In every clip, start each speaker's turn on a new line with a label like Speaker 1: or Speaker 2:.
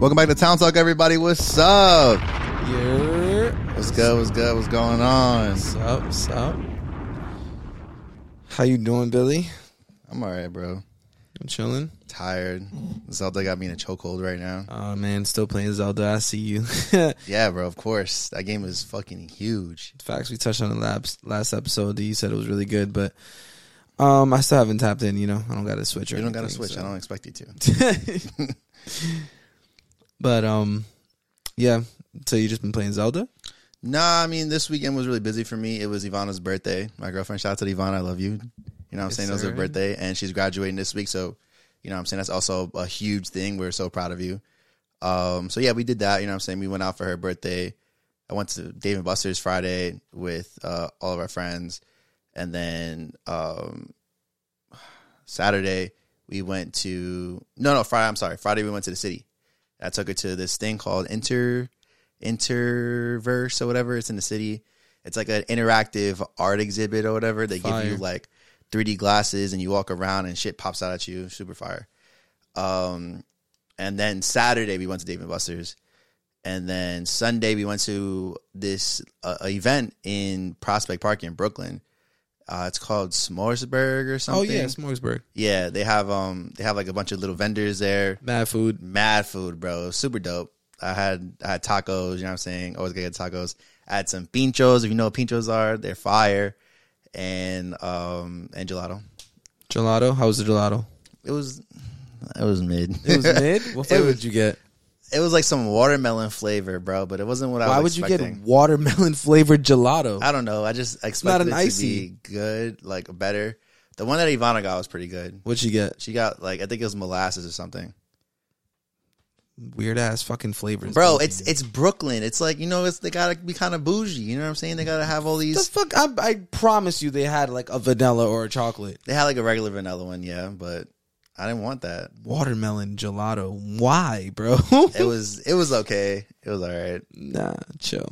Speaker 1: Welcome back to Town Talk, everybody. What's up?
Speaker 2: Yeah.
Speaker 1: What's good? What's good? What's going on?
Speaker 2: What's up? What's up? How you doing, Billy?
Speaker 1: I'm all right, bro.
Speaker 2: I'm chilling.
Speaker 1: Tired. Zelda got me in a chokehold right now.
Speaker 2: Oh man, still playing Zelda. I see you.
Speaker 1: Yeah, bro. Of course, that game is fucking huge.
Speaker 2: Facts. We touched on it last last episode. that You said it was really good, but um, I still haven't tapped in. You know, I don't got a switch. Or
Speaker 1: You don't got to
Speaker 2: anything,
Speaker 1: switch.
Speaker 2: so-
Speaker 1: I don't expect you to.
Speaker 2: but um, yeah. So you just been playing Zelda?
Speaker 1: Nah, I mean this weekend was really busy for me. It was Ivana's birthday. My girlfriend, shout out to Ivana, I love you. You know what I'm
Speaker 2: Yes,
Speaker 1: saying? It was her
Speaker 2: sir.
Speaker 1: birthday and she's graduating this week, so you know what I'm saying that's also a huge thing. We're so proud of you. Um so yeah, we did that, you know what I'm saying? We went out for her birthday. I went to Dave and Buster's Friday with uh all of our friends and then um Saturday we went to no no Friday I'm sorry Friday we went to the city. I took her to this thing called Inter Interverse or whatever. It's in the city. It's like an interactive art exhibit or whatever. They give you
Speaker 2: Fire.
Speaker 1: like 3D glasses and you walk around and shit pops out at you. Super fire. Um, and then Saturday we went to Dave and Buster's, and then Sunday we went to this uh, event in Prospect Park in Brooklyn. Uh, it's called S'moresburg or
Speaker 2: Oh
Speaker 1: something.
Speaker 2: yeah, Smorgasburg.
Speaker 1: Yeah, they have um they have like a bunch of little vendors there.
Speaker 2: Mad food.
Speaker 1: Mad food, bro. Super dope. I had I had tacos, you know what I'm saying? Always gotta get tacos. I had some pinchos, if you know what pinchos are, they're fire. And um and gelato.
Speaker 2: Gelato. How was the gelato?
Speaker 1: It was it was mid.
Speaker 2: It was mid. What flavor
Speaker 1: was-
Speaker 2: did you get?
Speaker 1: It was like some watermelon flavor, bro, but it wasn't what I
Speaker 2: Why would
Speaker 1: was
Speaker 2: you
Speaker 1: expecting.
Speaker 2: get watermelon flavored gelato?
Speaker 1: I don't know. I just expected
Speaker 2: an
Speaker 1: it to
Speaker 2: icy.
Speaker 1: be good, like better. The one that Ivana got was pretty good.
Speaker 2: What'd you get?
Speaker 1: She got like I think it was molasses or something.
Speaker 2: Weird ass fucking flavors,
Speaker 1: Bro, it's it's Brooklyn. It's like you know, it's they gotta be kind of bougie. You know what I'm saying? They gotta have all
Speaker 2: The
Speaker 1: these.
Speaker 2: fuck! I, I promise you, they had like a vanilla or a chocolate
Speaker 1: They had like a regular vanilla one, yeah, but I didn't want that.
Speaker 2: watermelon gelato. Why, bro?
Speaker 1: It was it was okay. It was all right.
Speaker 2: nah, chill.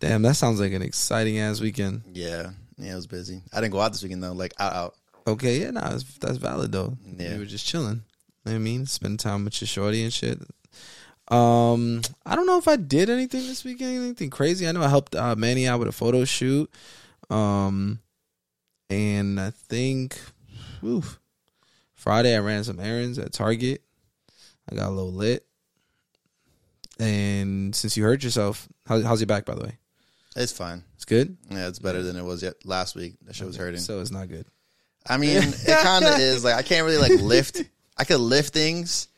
Speaker 2: Damn, that sounds like an exciting ass weekend.
Speaker 1: Yeah, yeah, it was busy. I didn't go out this weekend though. Like out, out.
Speaker 2: Okay, yeah, nah, that's, that's valid though.
Speaker 1: Yeah.
Speaker 2: You were just chilling. You know what I mean, spend time with your shorty and shit. Um, I don't know if I did anything this weekend, anything crazy. I know I helped uh, Manny out with a photo shoot. Um, and I think, whew, Friday I ran some errands at Target. I got a little lit. And since you hurt yourself, how, how's your back by the way?
Speaker 1: It's fine.
Speaker 2: It's good.
Speaker 1: Yeah, it's better than it was yet last week. The show was hurting.
Speaker 2: So it's not good.
Speaker 1: I mean, it kind of is. Like I can't really like lift. I could lift things,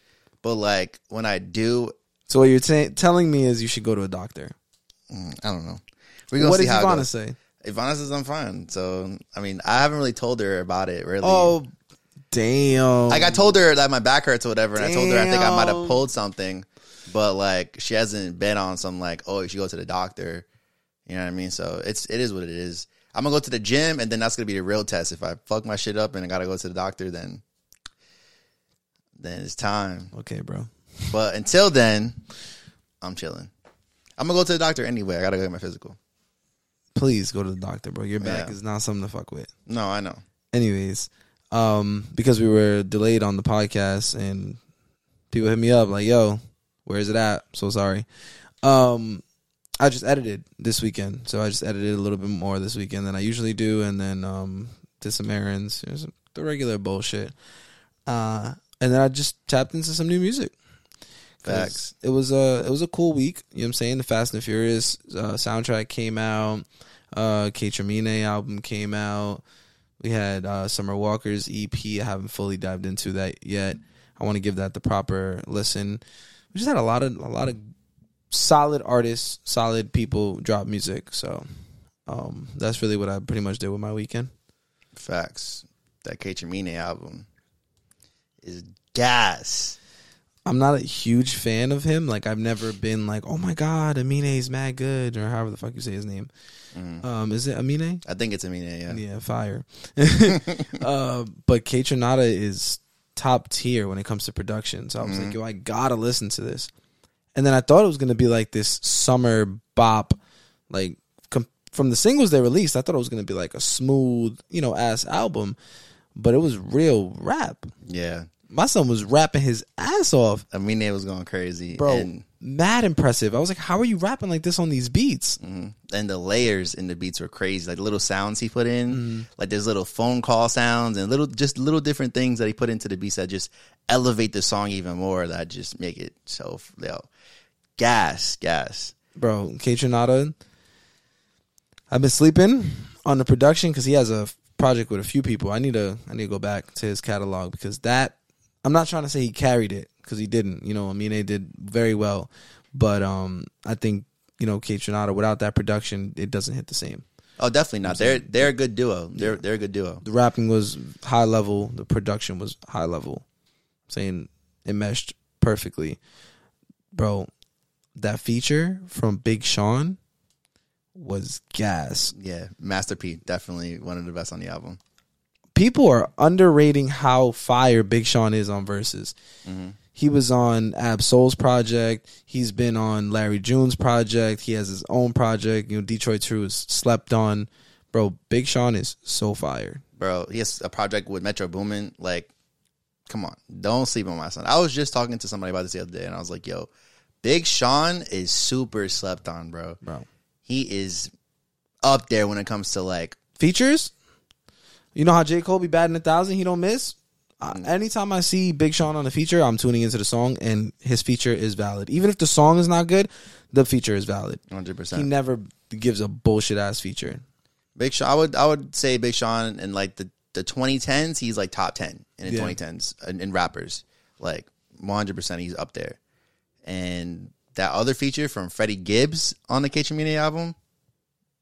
Speaker 1: but like when I do,
Speaker 2: So what you're ta- telling me is you should go to a doctor.
Speaker 1: mm, I don't know. We're gonna
Speaker 2: what
Speaker 1: see
Speaker 2: did
Speaker 1: how it
Speaker 2: Ivana
Speaker 1: goes.
Speaker 2: say?
Speaker 1: Ivana says I'm fine. So I mean, I haven't really told her about it. Really.
Speaker 2: Oh, damn!
Speaker 1: Like I told her that my back hurts or whatever, and I told her I think I might have
Speaker 2: Oh. Damn.
Speaker 1: pulled something, but like she hasn't been on some like oh you should go to the doctor, you know what I mean? So it's it is what it is. I'm gonna go to the gym, and then that's gonna be the real test. If I fuck my shit up and I gotta go to the doctor, then then it's time.
Speaker 2: Okay, bro.
Speaker 1: But until then, I'm chilling. I'm gonna go to the doctor anyway. I gotta go get my physical.
Speaker 2: Please go to the doctor, bro. Your back
Speaker 1: Yeah.
Speaker 2: is not something to fuck with.
Speaker 1: No, I know.
Speaker 2: Anyways, um, because we were delayed on the podcast and people hit me up like, "Yo, where is it at?" So sorry. Um, I just edited this weekend, so I just edited a little bit more this weekend than I usually do, and then um, did some errands, you know, some- the regular bullshit. Uh, and then I just tapped into some new music. 'Cause
Speaker 1: Facts.
Speaker 2: It was a it was a cool week. You know what I'm saying? The Fast and the Furious uh, soundtrack came out. Uh, K. Tramine album came out. We had uh, Summer Walker's EP. I haven't fully dived into that yet. I want to give that the proper listen. We just had a lot of a lot of solid artists, solid people drop music. So um, that's really what I pretty much did with my weekend.
Speaker 1: Facts. That Ketramine album is gas.
Speaker 2: I'm not a huge fan of him. Like I've never been like, oh my god, Amine's mad good, or however the fuck you say his name. Um, is it Amine?
Speaker 1: I think it's Amina. Yeah.
Speaker 2: Yeah, fire. uh, but K Tronada is top tier when it comes to production. So I was like, yo, I gotta listen to this. And then I thought it was gonna be like this summer bop, like com- from the singles they released. I thought it was gonna be like a smooth, you know, ass album, but it was real rap.
Speaker 1: Yeah.
Speaker 2: my son was rapping his ass off,
Speaker 1: I mean, it was going crazy,
Speaker 2: bro.
Speaker 1: And,
Speaker 2: mad impressive. I was like, how are you rapping like this on these beats?
Speaker 1: mhm. and the layers in the beats were crazy. Like the little sounds he put in, like there's little phone call sounds and little just little different things that he put into the beats that just elevate the song even more. That just make it so yo, gas, gas.
Speaker 2: Bro, K Trinata, I've been sleeping on the production because he has a f- project with a few people. I need to I need to go back to his catalog because that I'm not trying to say he carried it because he didn't. You know, Amine did very well, but um, I think you know K Trinata without that production, it doesn't hit the same.
Speaker 1: Oh, definitely not. They're they're a good duo. They're they're a good duo.
Speaker 2: The rapping was high level, the production was high level. Saying it meshed perfectly, bro. That feature from Big Sean was gas.
Speaker 1: Yeah, Master P definitely one of the best on the album.
Speaker 2: people are underrating how fire Big Sean is on verses. He was on Ab Soul's project. He's been on Larry June's project. He has his own project. You know, Detroit True is slept on. Bro, Big Sean is so fire.
Speaker 1: bro. He has a project with Metro Boomin. Like, come on, don't sleep on my son. I was just talking to somebody about this the other day, and I was like, "Yo, Big Sean is super slept on, bro.
Speaker 2: Bro.
Speaker 1: He is up there when it comes to like,
Speaker 2: Features? You know how J. Cole be batting a thousand, he don't miss? Uh, anytime I see Big Sean on a feature, I'm tuning into the song, and his feature is valid. Even if the song is not good, the feature is valid.
Speaker 1: hundred
Speaker 2: He
Speaker 1: percent."
Speaker 2: never gives a bullshit ass feature.
Speaker 1: Big Sean, I would, I would say Big Sean in like the the 2010s, he's like top 10 in the
Speaker 2: Yeah.
Speaker 1: 2010s in, in rappers. Like, 100, percent he's up there. And that other feature from Freddie Gibbs on the K Community album,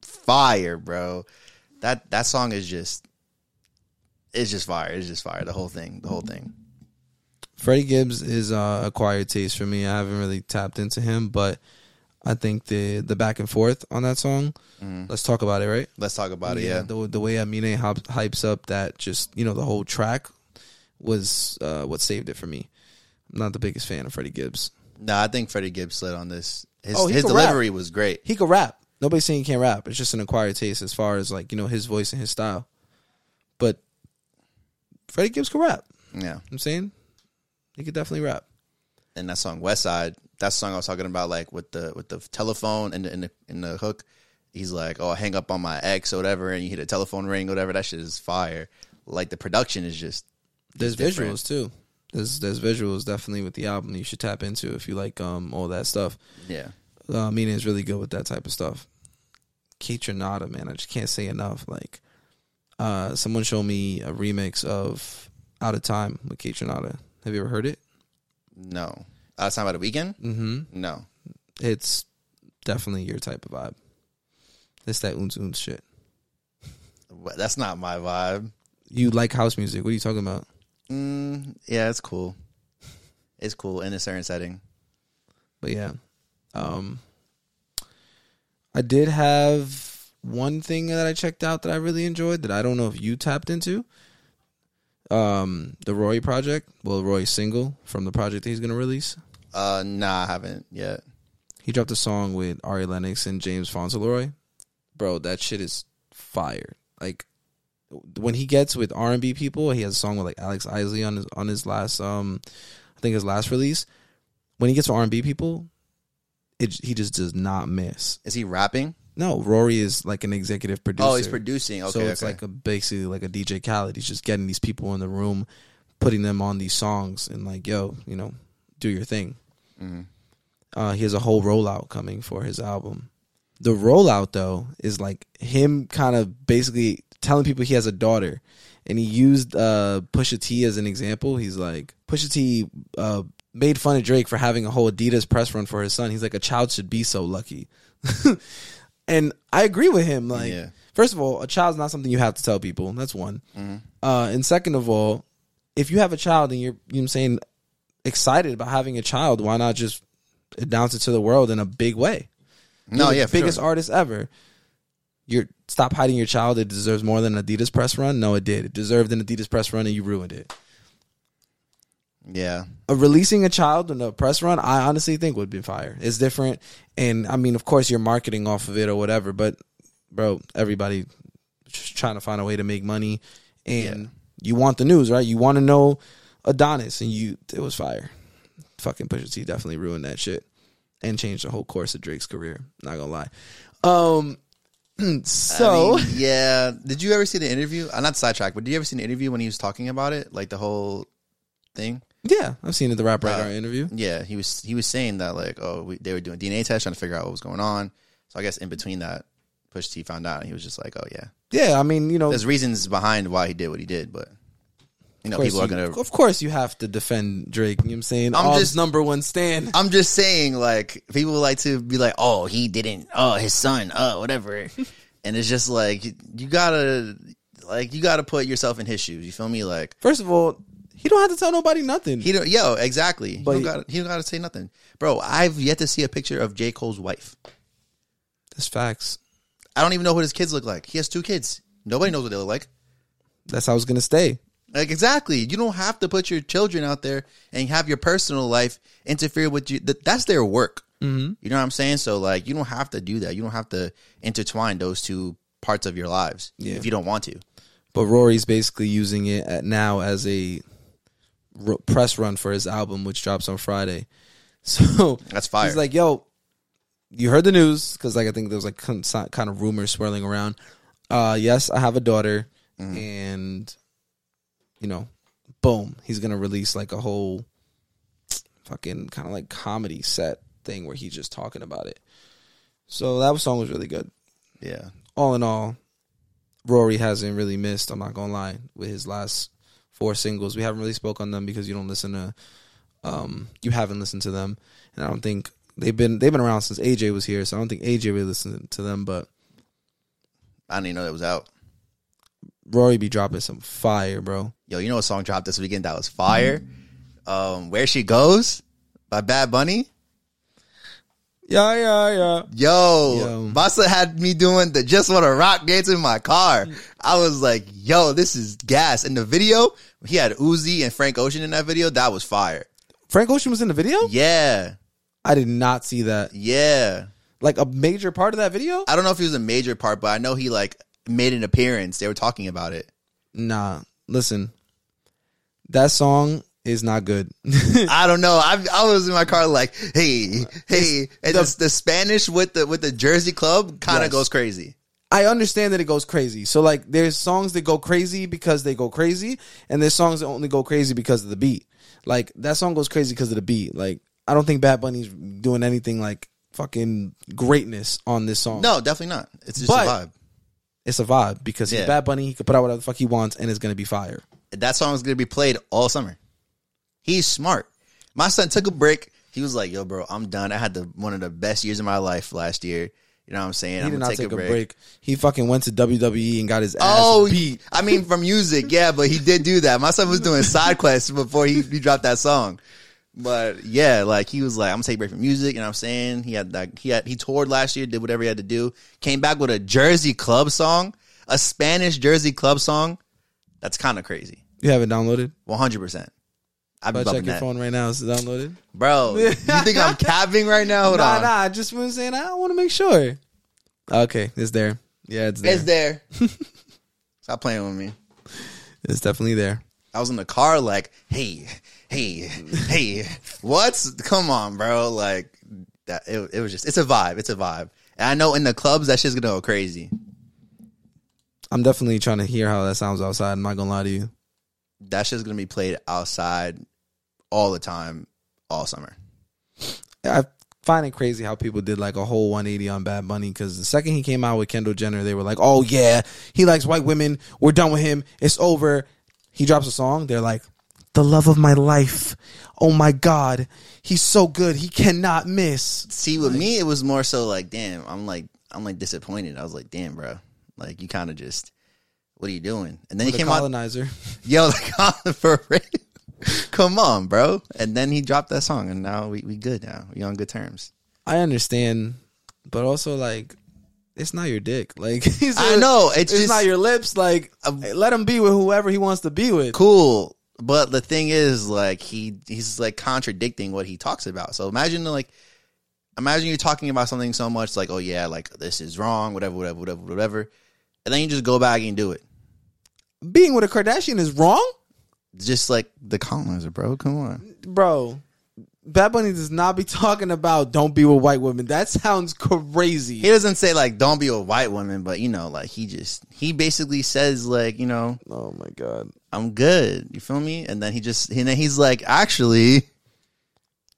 Speaker 1: fire, bro. That that song is just it's just fire. It's just fire. The whole thing. The whole thing.
Speaker 2: Freddie Gibbs is uh, acquired taste for me. I haven't really tapped into him, but I think the the back and forth on that song. Let's talk about it, right?
Speaker 1: Let's talk about it. Yeah.
Speaker 2: The, the way Amine hop, hypes up that just you know the whole track was uh, what saved it for me. I'm not the biggest fan of Freddie Gibbs.
Speaker 1: No, I think Freddie Gibbs slid on this. His
Speaker 2: Oh, he
Speaker 1: his
Speaker 2: can rap.
Speaker 1: delivery was great.
Speaker 2: He could rap. Nobody's saying he can't rap. It's just an acquired taste as far as like you know his voice and his style. But Freddie Gibbs could rap.
Speaker 1: Yeah.
Speaker 2: I'm saying he could definitely rap.
Speaker 1: and that song West Side, that song I was talking about, like with the with the telephone and the in the, and the hook, he's like, "Oh, I hang up on my ex or whatever," and you hear the telephone ring, whatever. That shit is fire. Like the production is just
Speaker 2: there's
Speaker 1: different.
Speaker 2: visuals too. There's there's visuals definitely with the album that you should tap into if you like um all that stuff.
Speaker 1: yeah.
Speaker 2: Uh, Mina is really good with that type of stuff. Kate Renata, man, I just can't say enough. Like, uh, someone showed me a remix of "Out of Time" with Kate Renata. Have you ever heard it?
Speaker 1: No, I was talking about the weekend.
Speaker 2: Mm-hmm.
Speaker 1: No,
Speaker 2: It's definitely your type of vibe. It's that oons oons shit.
Speaker 1: Wha- that's not my vibe.
Speaker 2: You like house music? What are you talking about?
Speaker 1: Mm, yeah, it's cool. It's cool in a certain setting.
Speaker 2: But yeah. Um I did have one thing that I checked out that I really enjoyed that I don't know if you tapped into. Um the Roy project, well Roy single from the project that he's going to release.
Speaker 1: Uh, nah, I haven't yet.
Speaker 2: He dropped a song with Ari Lennox and James Fauntleroy. Bro, that shit is fire. Like when he gets with R and B people, he has a song with like Alex Isley on his on his last um I think his last release. When he gets with R and B people, it he just does not miss.
Speaker 1: Is he rapping?
Speaker 2: No, Rory is like an executive producer.
Speaker 1: Oh, he's producing. Okay,
Speaker 2: so it's
Speaker 1: okay.
Speaker 2: like a basically like a DJ Khaled. He's just getting these people in the room, putting them on these songs, and like, yo, you know, do your thing.
Speaker 1: Mhm.
Speaker 2: Uh, he has a whole rollout coming for his album. The rollout though is like him kind of basically telling people he has a daughter, and he used uh, Pusha T as an example. He's like Pusha T uh, made fun of Drake for having a whole Adidas press run for his son. He's like a child should be so lucky, and I agree with him. Like,
Speaker 1: Yeah.
Speaker 2: first of all, a child's not something you have to tell people. That's one. Uh, and second of all, if you have a child and you're you know what I'm saying excited about having a child, why not just announce it to the world in a big way?
Speaker 1: no,
Speaker 2: You're the
Speaker 1: yeah, for
Speaker 2: biggest
Speaker 1: sure.
Speaker 2: artist ever. You're stop hiding your child. It deserves more than an Adidas press run. No, it did. It deserved an Adidas press run, and you ruined it.
Speaker 1: yeah.
Speaker 2: Uh, releasing a child in a press run, I honestly think would be fire. It's different, and I mean, of course, you're marketing off of it or whatever. But, bro, everybody just trying to find a way to make money, and you want the news, right? You want to know Adonis and you. It was fire. Fucking Pusha T definitely ruined that shit and changed the whole course of Drake's career. Not gonna lie. Um, so
Speaker 1: I mean, yeah. Did you ever see the interview? I'm not sidetracked, but did you ever see the interview when he was talking about it, like the whole thing?
Speaker 2: yeah, I've seen it. The rap radar
Speaker 1: Uh,
Speaker 2: interview.
Speaker 1: Yeah, he was he was saying that like, oh, we, they were doing DNA tests trying to figure out what was going on. So I guess in between that, Push T found out, and he was just like, oh yeah,
Speaker 2: Yeah, I mean, you know,
Speaker 1: there's reasons behind why he did what he did, but you know,
Speaker 2: course
Speaker 1: people are
Speaker 2: you-
Speaker 1: gonna.
Speaker 2: Of course, you have to defend Drake. You know what I'm
Speaker 1: I'm
Speaker 2: saying? I'm
Speaker 1: just-
Speaker 2: just number one stand.
Speaker 1: I'm just saying, like people like to be like, oh, he didn't, oh, his son, oh, whatever, and it's just like you- you gotta, like you gotta put yourself in his shoes. You feel me? Like
Speaker 2: First of all, he don't have to tell nobody nothing.
Speaker 1: He don't, yo, exactly.
Speaker 2: But-
Speaker 1: he don't got he don't got to say nothing, bro. I've yet to see a picture of J Cole's wife.
Speaker 2: That's facts.
Speaker 1: I don't even know what his kids look like. He has two kids. Nobody knows what they look like.
Speaker 2: That's how it's gonna stay.
Speaker 1: Like exactly. You don't have to put your children out there and have your personal life interfere with you. Th- That's their work. Mm-hmm. You know what I'm saying? So like, you don't have to do that. You don't have to intertwine those two parts of your lives
Speaker 2: Yeah.
Speaker 1: if you don't want to.
Speaker 2: But Rory's basically using it at now as a r- press run for his album, which drops on Friday. So
Speaker 1: That's fire.
Speaker 2: He's like, yo, you heard the news because like I think there was like con- so- kind of rumors swirling around. Uh, yes, I have a daughter, and you know, boom, he's gonna release like a whole fucking kind of like comedy set thing where he's just talking about it. So that song was really good.
Speaker 1: yeah.
Speaker 2: All in all, Rory hasn't really missed. I'm not gonna lie with his last four singles. We haven't really spoke on them because you don't listen to, um, you haven't listened to them, and I don't think they've been they've been around since AJ was here. So I don't think AJ really listened to them, but
Speaker 1: I didn't even know that was out.
Speaker 2: Rory be dropping some fire, bro.
Speaker 1: Yo, you know a song dropped this weekend that was fire.
Speaker 2: Mm-hmm.
Speaker 1: Um, Where she goes by Bad Bunny.
Speaker 2: Yeah, yeah, yeah.
Speaker 1: Yo,
Speaker 2: Yo.
Speaker 1: Vasa had me doing the just want to rock dance in my car. I was like, yo, this is gas. In the video, he had Uzi and Frank Ocean in that video. That was fire.
Speaker 2: Frank Ocean was in the video.
Speaker 1: Yeah,
Speaker 2: I did not see that.
Speaker 1: yeah.
Speaker 2: Like a major part of that video.
Speaker 1: I don't know if he was a major part, but I know he like made an appearance. They were talking about it.
Speaker 2: Nah, listen, that song is not good.
Speaker 1: I don't know. I I was in my car like, hey, hey. And the, the Spanish with the with the Jersey club kind of
Speaker 2: Yes.
Speaker 1: goes crazy.
Speaker 2: I understand that it goes crazy. So like there's songs that go crazy because they go crazy and there's songs that only go crazy because of the beat. Like that song goes crazy because of the beat. Like I don't think Bad Bunny's doing anything like fucking greatness on this song.
Speaker 1: No, definitely not. It's just
Speaker 2: But-
Speaker 1: a vibe.
Speaker 2: It's a vibe because
Speaker 1: Yeah.
Speaker 2: he's Bad Bunny, he could put out whatever the fuck he wants and it's gonna be fire.
Speaker 1: that song is gonna be played all summer. He's smart. My son took a break. He was like, "Yo, bro, I'm done. I had the one of the best years of my life last year. You know what I'm saying?
Speaker 2: He
Speaker 1: I'm
Speaker 2: did not take, a break. He fucking went to WWE and got his ass
Speaker 1: Oh,
Speaker 2: beat.
Speaker 1: I mean, from music, yeah, but he did do that. My son was doing side quests before he, he dropped that song. But yeah, like he was like, I'm gonna take a break from music, and I'm saying he had like he had he toured last year, did whatever he had to do, came back with a Jersey club song, a Spanish Jersey club song. That's kind of crazy.
Speaker 2: You have it downloaded?
Speaker 1: One hundred percent. I've been
Speaker 2: But check
Speaker 1: bumping
Speaker 2: your
Speaker 1: that.
Speaker 2: phone right now, it's downloaded.
Speaker 1: Bro, you think I'm capping right now? Hold
Speaker 2: nah,
Speaker 1: on.
Speaker 2: nah, I just was saying I wanna make sure. Okay, it's there. Yeah, it's there.
Speaker 1: It's there. Stop playing with me.
Speaker 2: It's definitely there.
Speaker 1: I was in the car like, hey, hey, hey, what's come on, bro? Like that it, it was just it's a vibe. It's a vibe. And I know in the clubs that shit's gonna go crazy.
Speaker 2: I'm definitely trying to hear how that sounds outside. I'm not gonna lie to you.
Speaker 1: That shit's gonna be played outside all the time, all summer.
Speaker 2: I find it crazy how people did like a whole 180 on Bad Bunny because the second he came out with Kendall Jenner, they were like, "Oh yeah, he likes white women. We're done with him. It's over." He drops a song. They're like, "The love of my life. Oh my god, he's so good. He cannot miss."
Speaker 1: See, with me, it was more so like, damn, I'm like, I'm like disappointed. I was like, damn, bro, like you kind of just, what are you doing? And then he
Speaker 2: The
Speaker 1: came out,
Speaker 2: colonizer.
Speaker 1: yo, like on for real. Come on, bro. And then he dropped that song, and now we we good now. We on good terms.
Speaker 2: I understand, but also like, it's not your dick. Like he's
Speaker 1: I know it's,
Speaker 2: It's
Speaker 1: just
Speaker 2: not your lips. Like, let him be with whoever he wants to be with.
Speaker 1: cool. But the thing is, like he he's like contradicting what he talks about. So imagine like. Imagine you're talking about something so much like, oh yeah, like this is wrong, whatever, whatever, whatever, whatever. And then you just go back and do it.
Speaker 2: Being with a Kardashian is wrong.
Speaker 1: just like the colonizer, bro. Come on.
Speaker 2: bro. Bad Bunny does not be talking about don't be with white women. That sounds crazy.
Speaker 1: He doesn't say like don't be a white woman, but you know, like he just he basically says like, you know,
Speaker 2: Oh my god.
Speaker 1: I'm good. You feel me? And then he just and then he's like, actually,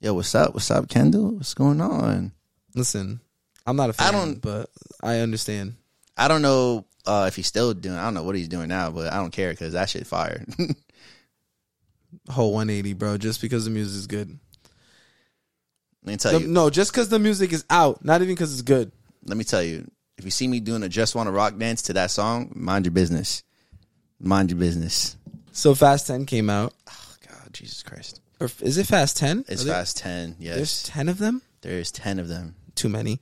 Speaker 1: yo, what's up? What's up, Kendall? What's going on?
Speaker 2: Listen, I'm not a fan,
Speaker 1: I don't-
Speaker 2: but I understand.
Speaker 1: I don't know uh, if he's still doing. I don't know what he's doing now, but I don't care because that shit fired.
Speaker 2: Whole 180, bro. Just because the music is good.
Speaker 1: Let me tell
Speaker 2: The-
Speaker 1: you.
Speaker 2: no, just because the music is out, not even because it's good.
Speaker 1: Let me tell you. If you see me doing a "Just Want to Rock" dance to that song, mind your business. Mind your business.
Speaker 2: So Fast 10 came out.
Speaker 1: Oh God, Jesus Christ!
Speaker 2: Or f- is it Fast 10?
Speaker 1: It's
Speaker 2: Are there-
Speaker 1: fast ten.
Speaker 2: There's
Speaker 1: Yes,
Speaker 2: 10 of them?
Speaker 1: there is ten of them.
Speaker 2: Too many.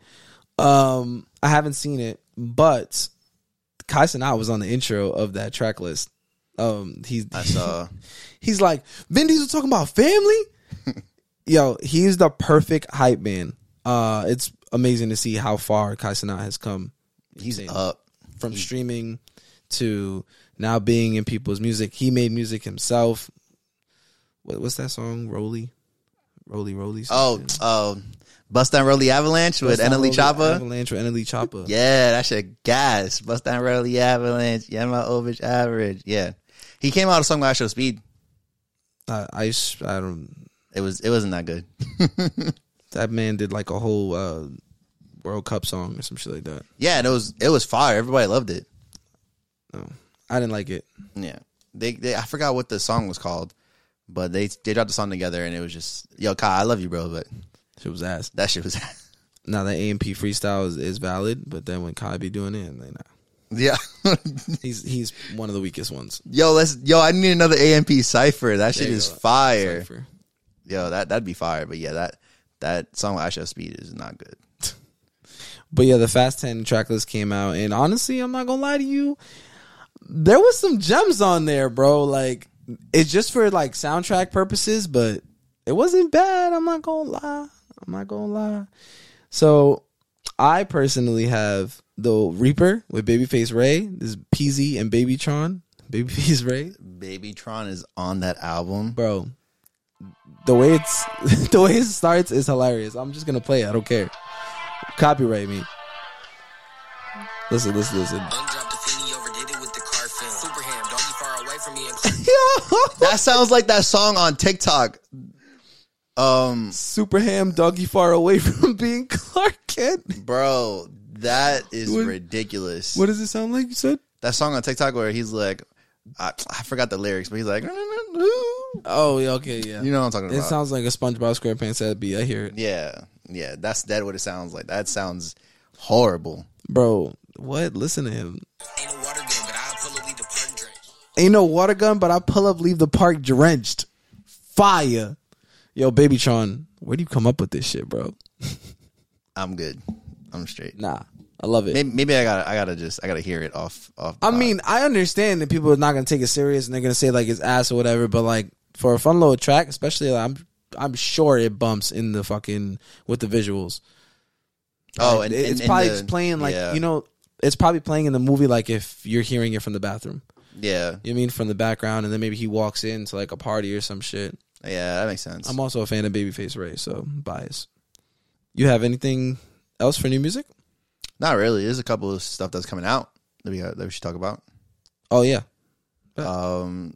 Speaker 2: Um, I haven't seen it, but Kai Sanaa was on the intro of that track list. Um, he's
Speaker 1: I saw.
Speaker 2: He's like, Vin Diesel talking about family? Yo, he's the perfect hype man. Uh, it's amazing to see how far Kai Sanaa has come
Speaker 1: he's
Speaker 2: Insane.
Speaker 1: up.
Speaker 2: from streaming to now being in people's music. He made music himself. What, what's that song? Roly? Roly Roly.
Speaker 1: Oh,
Speaker 2: something.
Speaker 1: um, Bust Down Rolly Avalanche with
Speaker 2: That's not
Speaker 1: Annalie
Speaker 2: Roly
Speaker 1: Choppa.
Speaker 2: Avalanche with Annalie Choppa.
Speaker 1: Yeah, that shit gas. Bust down Rally Avalanche. Yeah, my Ovich average. Yeah. He came out with a song by Show Speed.
Speaker 2: I, Uh, I, sh- I don't.
Speaker 1: It was it wasn't that good.
Speaker 2: That man did like a whole uh, World Cup song or some shit like that.
Speaker 1: yeah, and it was it was fire. Everybody loved it.
Speaker 2: No, I didn't like it.
Speaker 1: Yeah. They, they I forgot what the song was called, but they they dropped the song together and it was just yo, Kai, I love you, bro, but
Speaker 2: It was ass.
Speaker 1: that shit was
Speaker 2: now that AMP freestyle is, is valid, but then when Kai be doing it, and then
Speaker 1: Yeah.
Speaker 2: he's he's one of the weakest ones.
Speaker 1: yo, let's yo, I need another AMP cipher. That shit
Speaker 2: There you
Speaker 1: is
Speaker 2: go.
Speaker 1: fire.
Speaker 2: Cypher.
Speaker 1: Yo, that that'd be fire. But yeah, that that song with I Show Speed is not good.
Speaker 2: But yeah, the Fast Ten track list came out, and honestly, I'm not gonna lie to you, there was some gems on there, bro. Like it's just for like soundtrack purposes, but it wasn't bad. I'm not gonna lie. I'm not gonna lie. So I personally have the Reaper with Babyface Ray. This is PZ and Babytron. Babyface Ray.
Speaker 1: Baby Tron is on that album.
Speaker 2: bro the way it's the way it starts is hilarious i'm just gonna play it i don't care copyright me listen listen listen
Speaker 3: Undropped the finny, overdid it with the car film. Superham, doggy far away from me and Clark.
Speaker 1: That sounds like that song on TikTok. Um,
Speaker 2: super ham doggy far away from being clark kent
Speaker 1: bro, that is
Speaker 2: What-
Speaker 1: ridiculous.
Speaker 2: what does it sound like you said
Speaker 1: that song on TikTok where he's like, I, I forgot the lyrics, but he's like, you
Speaker 2: oh yeah, okay yeah
Speaker 1: know what I'm talking
Speaker 2: it
Speaker 1: about?
Speaker 2: sounds like a spongebob squarepants ad b i hear it
Speaker 1: yeah, yeah, that's that what it sounds like. That sounds horrible.
Speaker 2: bro what listen to him
Speaker 3: Ain't no water gun, but I'll pull
Speaker 2: ain't no water gun but i pull
Speaker 3: a lead to park drink.
Speaker 2: up leave the park drenched fire yo baby tron where do you come up with this shit bro
Speaker 1: I'm good. I'm straight.
Speaker 2: nah i love it
Speaker 1: Maybe, maybe I gotta, I gotta just, I gotta hear it off, off.
Speaker 2: I mean, I understand that people are not gonna take it serious and they're gonna say like it's ass or whatever, but like for a fun little track, especially like, I'm I'm sure it bumps in the fucking with the visuals.
Speaker 1: oh,
Speaker 2: Like,
Speaker 1: and
Speaker 2: it-
Speaker 1: and-
Speaker 2: it's
Speaker 1: and
Speaker 2: probably
Speaker 1: the-
Speaker 2: playing like
Speaker 1: yeah,
Speaker 2: you know, it's probably playing in the movie like if you're hearing it from the bathroom.
Speaker 1: yeah,
Speaker 2: You know what I mean from the background, and then maybe he walks into like a party or some shit.
Speaker 1: yeah, that makes sense.
Speaker 2: I'm also a fan of Babyface Ray, so I'm biased. You have anything else for new music?
Speaker 1: Not really. There's a couple of stuff that's coming out that we got, that we should talk about.
Speaker 2: Oh yeah,
Speaker 1: Um,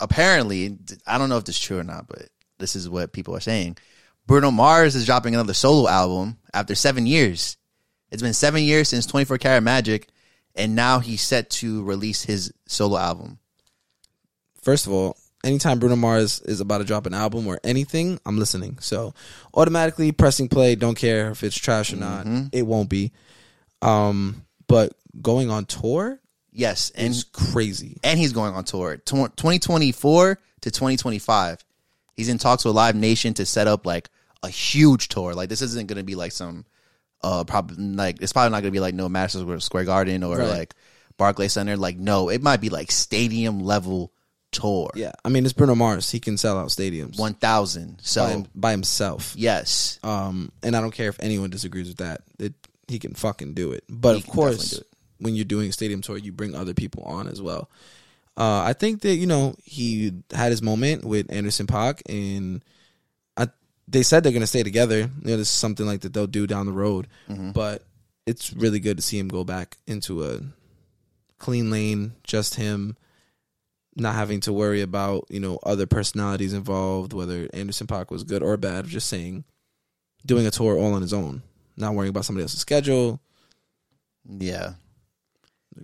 Speaker 1: apparently, I don't know if this is true or not, but this is what people are saying. Bruno Mars is dropping another solo album after seven years. It's been seven years since 24 Karat Magic, and now he's set to release his solo album.
Speaker 2: first of all, anytime Bruno Mars is about to drop an album or anything, I'm listening. So automatically pressing play, don't care if it's trash or not. It won't be. Um, but going on tour
Speaker 1: Yes, and
Speaker 2: is crazy.
Speaker 1: and he's going on tour Tw- 2024 to 2025. He's in talks with Live Nation to set up like a huge tour. Like this isn't going to be like some uh probably like it's probably not going to be like no Madison Square Garden or
Speaker 2: Right.
Speaker 1: like Barclay Center. Like no, it might be like stadium level tour.
Speaker 2: Yeah, I mean it's Bruno Mars. He can sell out stadiums
Speaker 1: 1000. So
Speaker 2: by, him- by himself.
Speaker 1: yes.
Speaker 2: Um, and I don't care if anyone disagrees with that. It he can fucking do it. But
Speaker 1: He
Speaker 2: of
Speaker 1: can definitely
Speaker 2: course,
Speaker 1: do
Speaker 2: when you're doing a stadium tour, you bring other people on as well. Uh, I think that you know he had his moment with Anderson Park, and I they said they're gonna stay together. You know, this is something like that they'll do down the road.
Speaker 1: Mm-hmm.
Speaker 2: But it's really good to see him go back into a clean lane, just him, not having to worry about you know other personalities involved, whether Anderson Park was good or bad. Just saying, doing a tour all on his own, not worrying about somebody else's schedule.
Speaker 1: Yeah,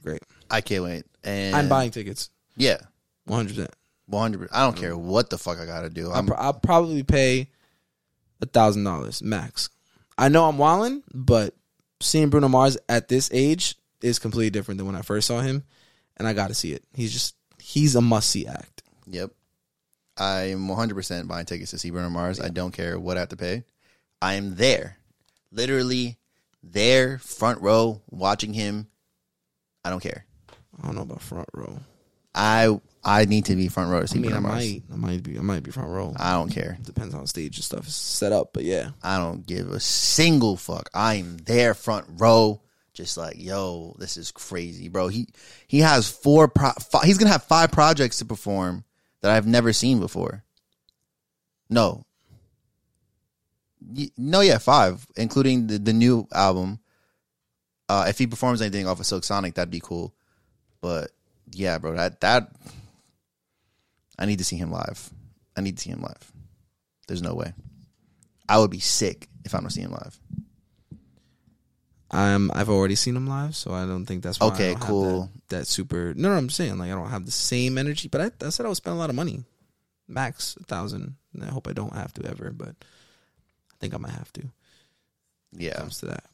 Speaker 2: Great.
Speaker 1: I can't wait. And
Speaker 2: I'm buying tickets,
Speaker 1: Yeah,
Speaker 2: 100. percent
Speaker 1: one hundred. I don't care what the fuck I gotta do.
Speaker 2: I'll,
Speaker 1: I'm,
Speaker 2: pro- I'll probably pay a thousand dollars max. I know I'm wilding, but seeing Bruno Mars at this age is completely different than when I first saw him, and I got to see it. He's just he's a must see act.
Speaker 1: yep. I'm one hundred percent buying tickets to see Bruno Mars. I don't care what I have to pay. I am there, literally there, front row, watching him. I don't care.
Speaker 2: I don't know about front row.
Speaker 1: I I need to be front row to see
Speaker 2: I mean, I
Speaker 1: Bruno Mars.
Speaker 2: might, I might be, I might be front row.
Speaker 1: I don't care.
Speaker 2: Depends on how stage and stuff is set up, but yeah,
Speaker 1: I don't give a single fuck. I'm there front row, just like yo, this is crazy, bro. He he has four. Pro, fi he's gonna have five projects to perform that I've never seen before. No. Y- No, yeah, five, including the, the new album. Uh, if he performs anything off of Silk Sonic, that'd be cool. But yeah, bro, that that I need to see him live. I need to see him live. There's no way. I would be sick if I don't see him live.
Speaker 2: I'm. Um, I've already seen him live, so I don't think that's why I
Speaker 1: Okay,
Speaker 2: don't have
Speaker 1: cool.
Speaker 2: That, that super. No, no, I'm saying like I don't have the same energy, but I, I said I would spend a lot of money, max a thousand. And I hope I don't have to ever, but I think I might have to. when it
Speaker 1: Yeah,
Speaker 2: Comes to that,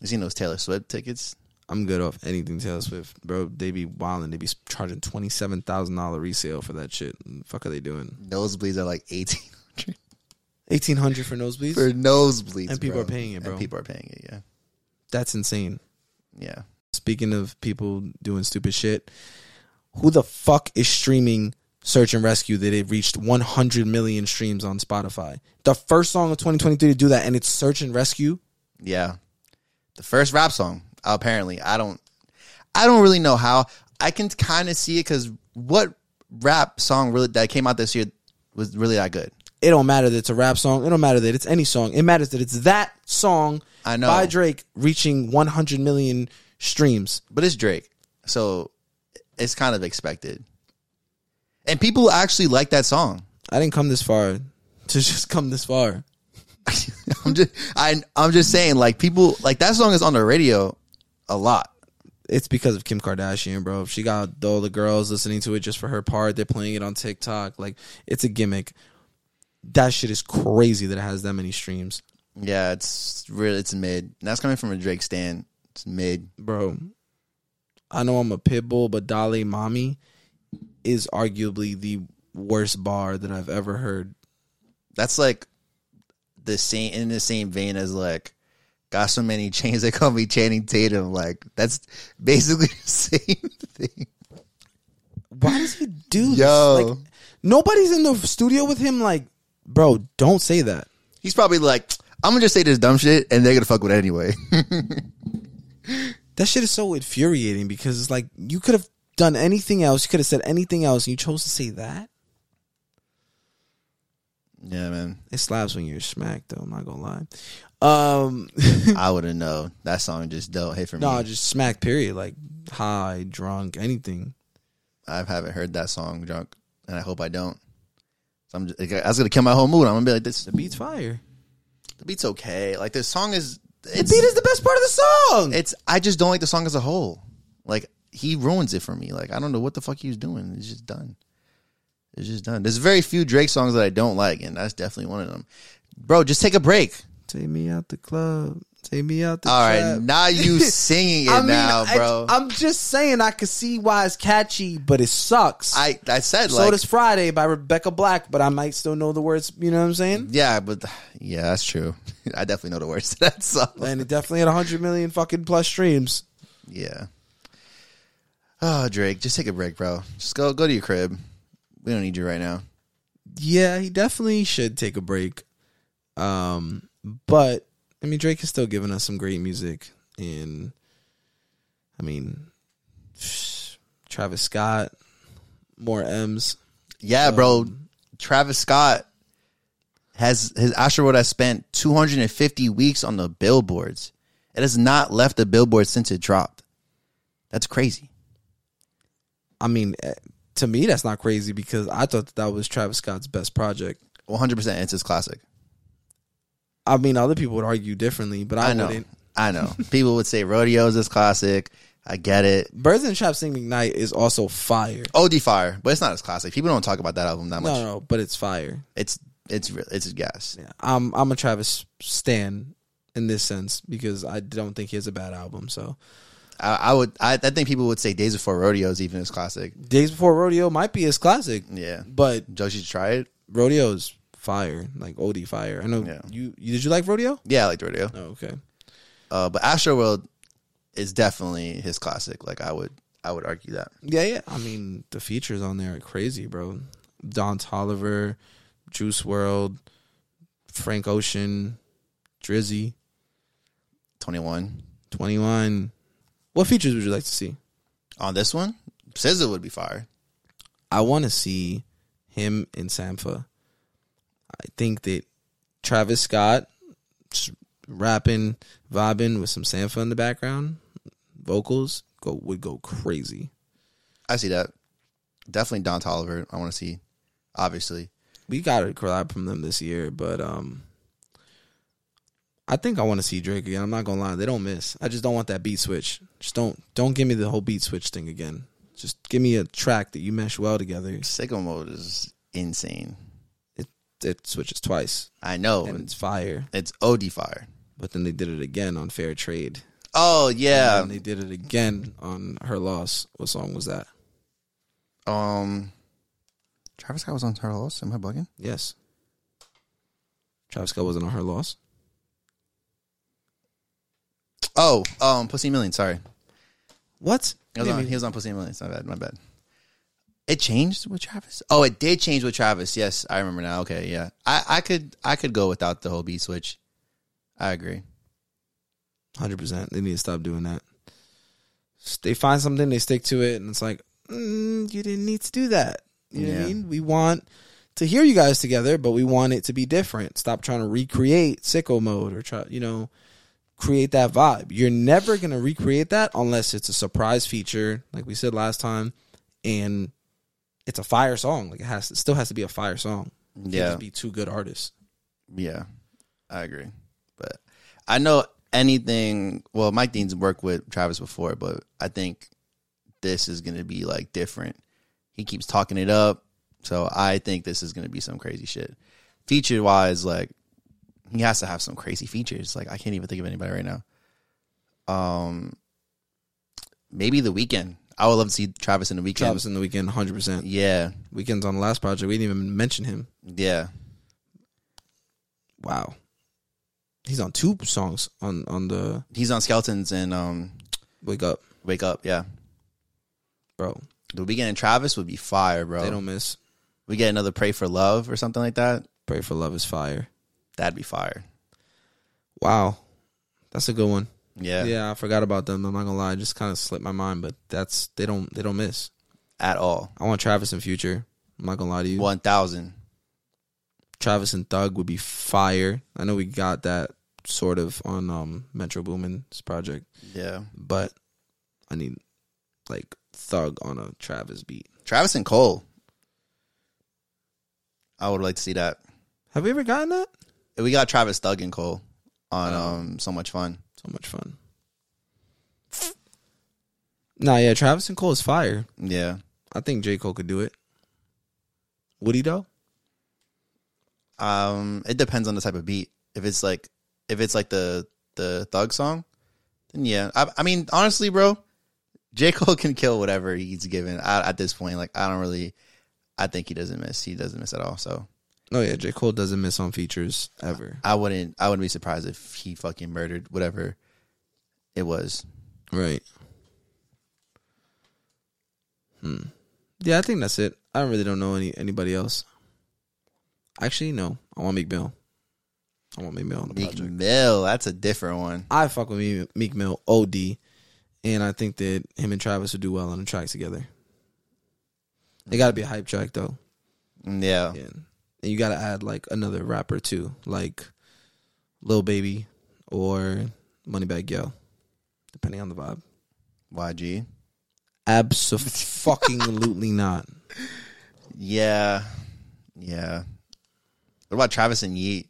Speaker 1: you seen those Taylor Swift tickets?
Speaker 2: I'm good off anything Taylor Swift, bro. They be wilding. They be charging twenty seven thousand dollar resale for that shit. fuck are they doing?
Speaker 1: Nosebleeds are like eighteen hundred
Speaker 2: Eighteen hundred for nosebleeds.
Speaker 1: for nosebleeds,
Speaker 2: And
Speaker 1: bro.
Speaker 2: people are paying it, bro.
Speaker 1: And people are paying it. Yeah,
Speaker 2: that's insane.
Speaker 1: yeah.
Speaker 2: Speaking of people doing stupid shit, who the fuck is streaming Search and Rescue that it reached 100 million streams on Spotify? The first song of 2023 to do that, and it's Search and Rescue.
Speaker 1: Yeah. The first rap song, apparently. I don't I don't really know how. I can kind of see it cuz what rap song really that came out this year was really that good.
Speaker 2: It don't matter that it's a rap song. It don't matter that it's any song. It matters that it's that song
Speaker 1: I know.
Speaker 2: by Drake reaching 100 million streams.
Speaker 1: But it's Drake. So it's kind of expected. And people actually like that song.
Speaker 2: I didn't come this far to just come this far.
Speaker 1: I'm just I I'm just saying like people like that song is on the radio a lot.
Speaker 2: it's because of Kim Kardashian, bro. She got all the girls listening to it just for her part. They're playing it on TikTok. Like it's a gimmick. That shit is crazy that it has that many streams,
Speaker 1: Yeah, it's really it's mid. And that's coming from a Drake stand. It's mid.
Speaker 2: bro. I know I'm a pit bull, but Dale Mommy is arguably the worst bar that I've ever heard.
Speaker 1: that's like the same in the same vein as like got so many chains that call me Channing Tatum. Like that's basically the same thing.
Speaker 2: Why does he do
Speaker 1: Yo.
Speaker 2: this? Like nobody's in the studio with him. Like, bro, don't say that.
Speaker 1: He's probably like, I'm gonna just say this dumb shit and they're gonna fuck with it anyway.
Speaker 2: that shit is so infuriating because it's like you could have done anything else, you could have said anything else, and you chose to say that.
Speaker 1: yeah, man.
Speaker 2: It slaps when you're smacked, though. I'm not gonna lie. Um,
Speaker 1: I wouldn't know. That song just don't hit for me.
Speaker 2: no, just smack. Period. Like high, drunk, anything.
Speaker 1: I haven't heard that song drunk, and I hope I don't. So I'm just, that's gonna kill my whole mood. I'm gonna be like, this
Speaker 2: The beat's fire.
Speaker 1: the beat's okay. Like the song is
Speaker 2: The
Speaker 1: it's
Speaker 2: beat is the best part of the song.
Speaker 1: it's I just don't like the song as a whole. Like he ruins it for me. Like I don't know what the fuck he was doing. It's just done. It's just done. There's very few Drake songs that I don't like, and that's definitely one of them. Bro, just take a break.
Speaker 2: Take me out the club. Take me out the.
Speaker 1: All right,
Speaker 2: trap.
Speaker 1: now you singing it
Speaker 2: I mean,
Speaker 1: now,
Speaker 2: I-
Speaker 1: bro. I,
Speaker 2: I'm just saying I could see why it's catchy, but it sucks.
Speaker 1: I, said
Speaker 2: so
Speaker 1: like
Speaker 2: does Friday by Rebecca Black, but I might still know the words. You know what I'm saying?
Speaker 1: yeah, but yeah, that's true. I definitely know the words to that song.
Speaker 2: and it definitely had 100 million fucking plus streams.
Speaker 1: Yeah. Oh, Drake, just take a break, bro. Just go go to your crib. We don't need you right now.
Speaker 2: Yeah, he definitely should take a break. Um, but I mean, Drake is still giving us some great music, and I mean, Travis Scott, more M's.
Speaker 1: Yeah, bro. Travis Scott has his Astro World has spent 250 weeks on the billboards. It has not left the billboard since it dropped. That's crazy.
Speaker 2: I mean, eh, to me, that's not crazy because I thought that, that was Travis Scott's best project.
Speaker 1: 100% it's his classic.
Speaker 2: I mean, other people would argue differently, but I,
Speaker 1: I know.
Speaker 2: wouldn't.
Speaker 1: I know. People would say Rodeo is his classic. I get it.
Speaker 2: Birds and Traps Sing McKnight is also fire.
Speaker 1: OD Fire, but it's not his classic. People don't talk about that album that Oh, much.
Speaker 2: No, no, but it's fire.
Speaker 1: It's it's re- it's a gas.
Speaker 2: Yeah. I'm I'm a Travis stan in this sense because I don't think he has a bad album. So
Speaker 1: I, I would I, I think people would say Days Before Rodeo is even his classic.
Speaker 2: Days Before Rodeo might be his classic,
Speaker 1: Yeah.
Speaker 2: but
Speaker 1: Josh, you try it?
Speaker 2: Rodeo's fire, like OD fire. I know
Speaker 1: Yeah.
Speaker 2: you, you. Did you like Rodeo?
Speaker 1: Yeah, I liked Rodeo.
Speaker 2: Oh, okay.
Speaker 1: Uh, but Astro World is definitely his classic. Like I would, I would argue that.
Speaker 2: Yeah, yeah. I mean, the features on there are crazy, bro. Don Tolliver, Juice World, Frank Ocean, Drizzy,
Speaker 1: Twenty one
Speaker 2: Twenty One. What features would you like to see?
Speaker 1: on this one, SZA would be fire.
Speaker 2: I want to see him and Sampha. I think that Travis Scott just rapping, vibing with some Sampha in the background, vocals go would go crazy.
Speaker 1: I see that. Definitely Don Tolliver. I want to see. Obviously,
Speaker 2: We got a collab from them this year, but um, I think I want to see Drake again. I'm not gonna lie, they don't miss. I just don't want that beat switch. Just don't don't give me the whole beat switch thing again. Just give me a track that you mesh well together.
Speaker 1: Sicko Mode is insane.
Speaker 2: It it switches twice Oh,
Speaker 1: I know.
Speaker 2: and
Speaker 1: It's,
Speaker 2: it's fire.
Speaker 1: it's OD fire.
Speaker 2: But then they did it again on Fair Trade.
Speaker 1: Oh yeah.
Speaker 2: And they did it again on Her Loss. What song was that?
Speaker 1: Um, Travis Scott was on Turtle. House? Am I bugging?
Speaker 2: Yes. Travis Scott wasn't on Her Loss.
Speaker 1: Oh, um, Pussy Million. Sorry,
Speaker 2: What?
Speaker 1: he was, on, he was on Pussy Million. My bad. My bad. It changed with Travis. Oh, it did change with Travis. Yes, I remember now. Okay, yeah. I, I could I could go without the whole beat switch. I agree.
Speaker 2: Hundred percent. They need to stop doing that. S- They find something, they stick to it, and it's like, mm, you didn't need to do that. You know what
Speaker 1: Yeah.
Speaker 2: I mean? We want to hear you guys together, but we want it to be different. Stop trying to recreate sicko mode or try, you know, create that vibe. You're never gonna recreate that unless it's a surprise feature, like we said last time, and it's a fire song. Like it has, it still has to be a fire song. It can't
Speaker 1: Yeah.
Speaker 2: just be two good artists.
Speaker 1: Yeah, I agree. But I know anything. Well, Mike Dean's worked with Travis before, but I think this is going to be like different. He keeps talking it up, so I think this is going to be some crazy shit. Feature wise, like he has to have some crazy features. Like I can't even think of anybody right now. Um, maybe the weekend. I would love to see Travis in the weekend.
Speaker 2: Travis in the weekend, hundred percent.
Speaker 1: Yeah,
Speaker 2: Weekends on the last project, we didn't even mention him.
Speaker 1: yeah.
Speaker 2: Wow. He's on two songs on on the
Speaker 1: He's on Skeletons and um,
Speaker 2: Wake Up,
Speaker 1: Wake Up. Yeah,
Speaker 2: bro.
Speaker 1: the weekend and Travis would be fire, bro.
Speaker 2: They don't miss.
Speaker 1: we get another pray for love or something like that,
Speaker 2: Pray for Love is fire.
Speaker 1: that'd be fire.
Speaker 2: Wow. That's a good one.
Speaker 1: Yeah.
Speaker 2: Yeah, I forgot about them. I'm not gonna lie, it just kind of slipped my mind. But that's they don't they don't miss.
Speaker 1: At all.
Speaker 2: I want Travis and Future. I'm not gonna lie to you.
Speaker 1: One thousand.
Speaker 2: Travis and Thug would be fire. I know we got that sort of on um Metro Boomin's project,
Speaker 1: Yeah.
Speaker 2: but I need like Thug on a Travis beat.
Speaker 1: Travis and Cole. I would like to see that.
Speaker 2: Have we ever gotten that?
Speaker 1: We got Travis Thug and Cole on
Speaker 2: Oh.
Speaker 1: um so much fun.
Speaker 2: So much fun. Nah, yeah, Travis and Cole is fire.
Speaker 1: Yeah.
Speaker 2: I think J. Cole could do it. Would he though?
Speaker 1: Um it depends on the type of beat. If it's like if it's like the the thug song, then yeah. I, I mean honestly, bro, J. Cole can kill whatever he's given at, at this point. Like I don't really I think he doesn't miss. He doesn't miss at all. So
Speaker 2: No, yeah, J. Cole doesn't miss on features ever.
Speaker 1: I wouldn't I wouldn't be surprised if he fucking murdered whatever it was.
Speaker 2: Right. Hmm. Yeah, I think that's it. I really don't know any anybody else. Actually, no. I want Meek Mill. I want Meek Mill on the
Speaker 1: Meek
Speaker 2: project.
Speaker 1: Mill, that's a different one.
Speaker 2: I fuck with Meek, Meek Mill OD, and I think that him and Travis would do well on the track together. It got to be a hype track though.
Speaker 1: Yeah.
Speaker 2: Yeah. And you got to add like another rapper too, like Lil Baby or Moneybag Yo, depending on the vibe.
Speaker 1: YG.
Speaker 2: Absolutely not.
Speaker 1: Yeah. Yeah. What about Travis and Yeet?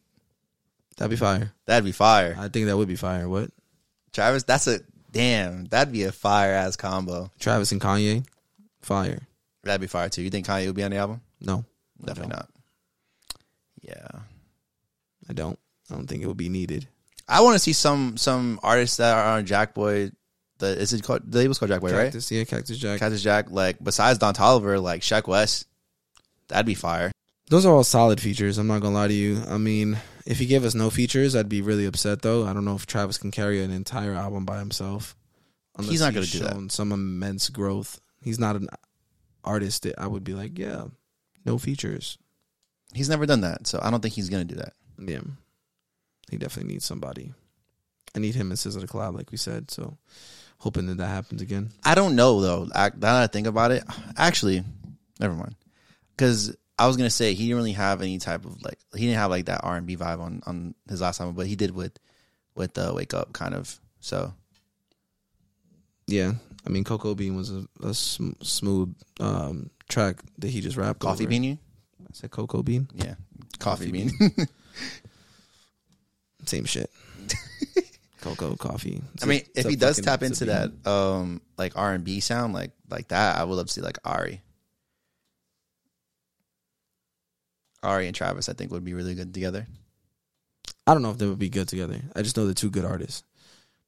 Speaker 2: That'd be fire.
Speaker 1: That'd be fire.
Speaker 2: I think that would be fire. What?
Speaker 1: Travis, that's a damn. That'd be a fire ass combo.
Speaker 2: Travis and Kanye? Fire.
Speaker 1: That'd be fire too. You think Kanye will be on the album?
Speaker 2: No,
Speaker 1: Definitely not. Yeah.
Speaker 2: I don't. I don't think it would be needed.
Speaker 1: I want to see some some artists that are on Jack Boy. The is it called the label's called Jack Boy, right?
Speaker 2: Cactus, yeah, Cactus Jack.
Speaker 1: Cactus Jack. Like besides Don Tolliver, like Shaq West, that'd be fire.
Speaker 2: Those are all solid features. I'm not gonna lie to you. I mean, if he gave us no features, I'd be really upset though. I don't know if Travis can carry an entire album by himself. Unless
Speaker 1: He's not gonna do that.
Speaker 2: shown Some immense growth. He's not an artist that I would be like, yeah, no features.
Speaker 1: He's never done that, so I don't think he's gonna do that.
Speaker 2: Yeah, he definitely needs somebody. I need him and SZA to collab, like we said. So, hoping that that happens again.
Speaker 1: I don't know though. I, now that I think about it, actually, never mind. Because I was gonna say he didn't really have any type of like he didn't have like that R and B vibe on on his last album, but he did with with uh, Wake Up kind of. So
Speaker 2: Yeah, I mean, Cocoa Bean was a, a sm- smooth um, track that he just rapped.
Speaker 1: coffee
Speaker 2: over.
Speaker 1: bean, you
Speaker 2: I said Cocoa Bean.
Speaker 1: yeah, coffee,
Speaker 2: Coffee
Speaker 1: bean.
Speaker 2: same shit. Cocoa, coffee. It's
Speaker 1: I
Speaker 2: a-
Speaker 1: mean,
Speaker 2: it's
Speaker 1: if
Speaker 2: a
Speaker 1: he does
Speaker 2: fucking-
Speaker 1: tap
Speaker 2: it's
Speaker 1: into
Speaker 2: a
Speaker 1: that
Speaker 2: bean.
Speaker 1: um like R and B sound like like that, I would love to see like Ari. Ari and Travis, I think, would be really good together.
Speaker 2: I don't know if they would be good together. I just know they're two good artists.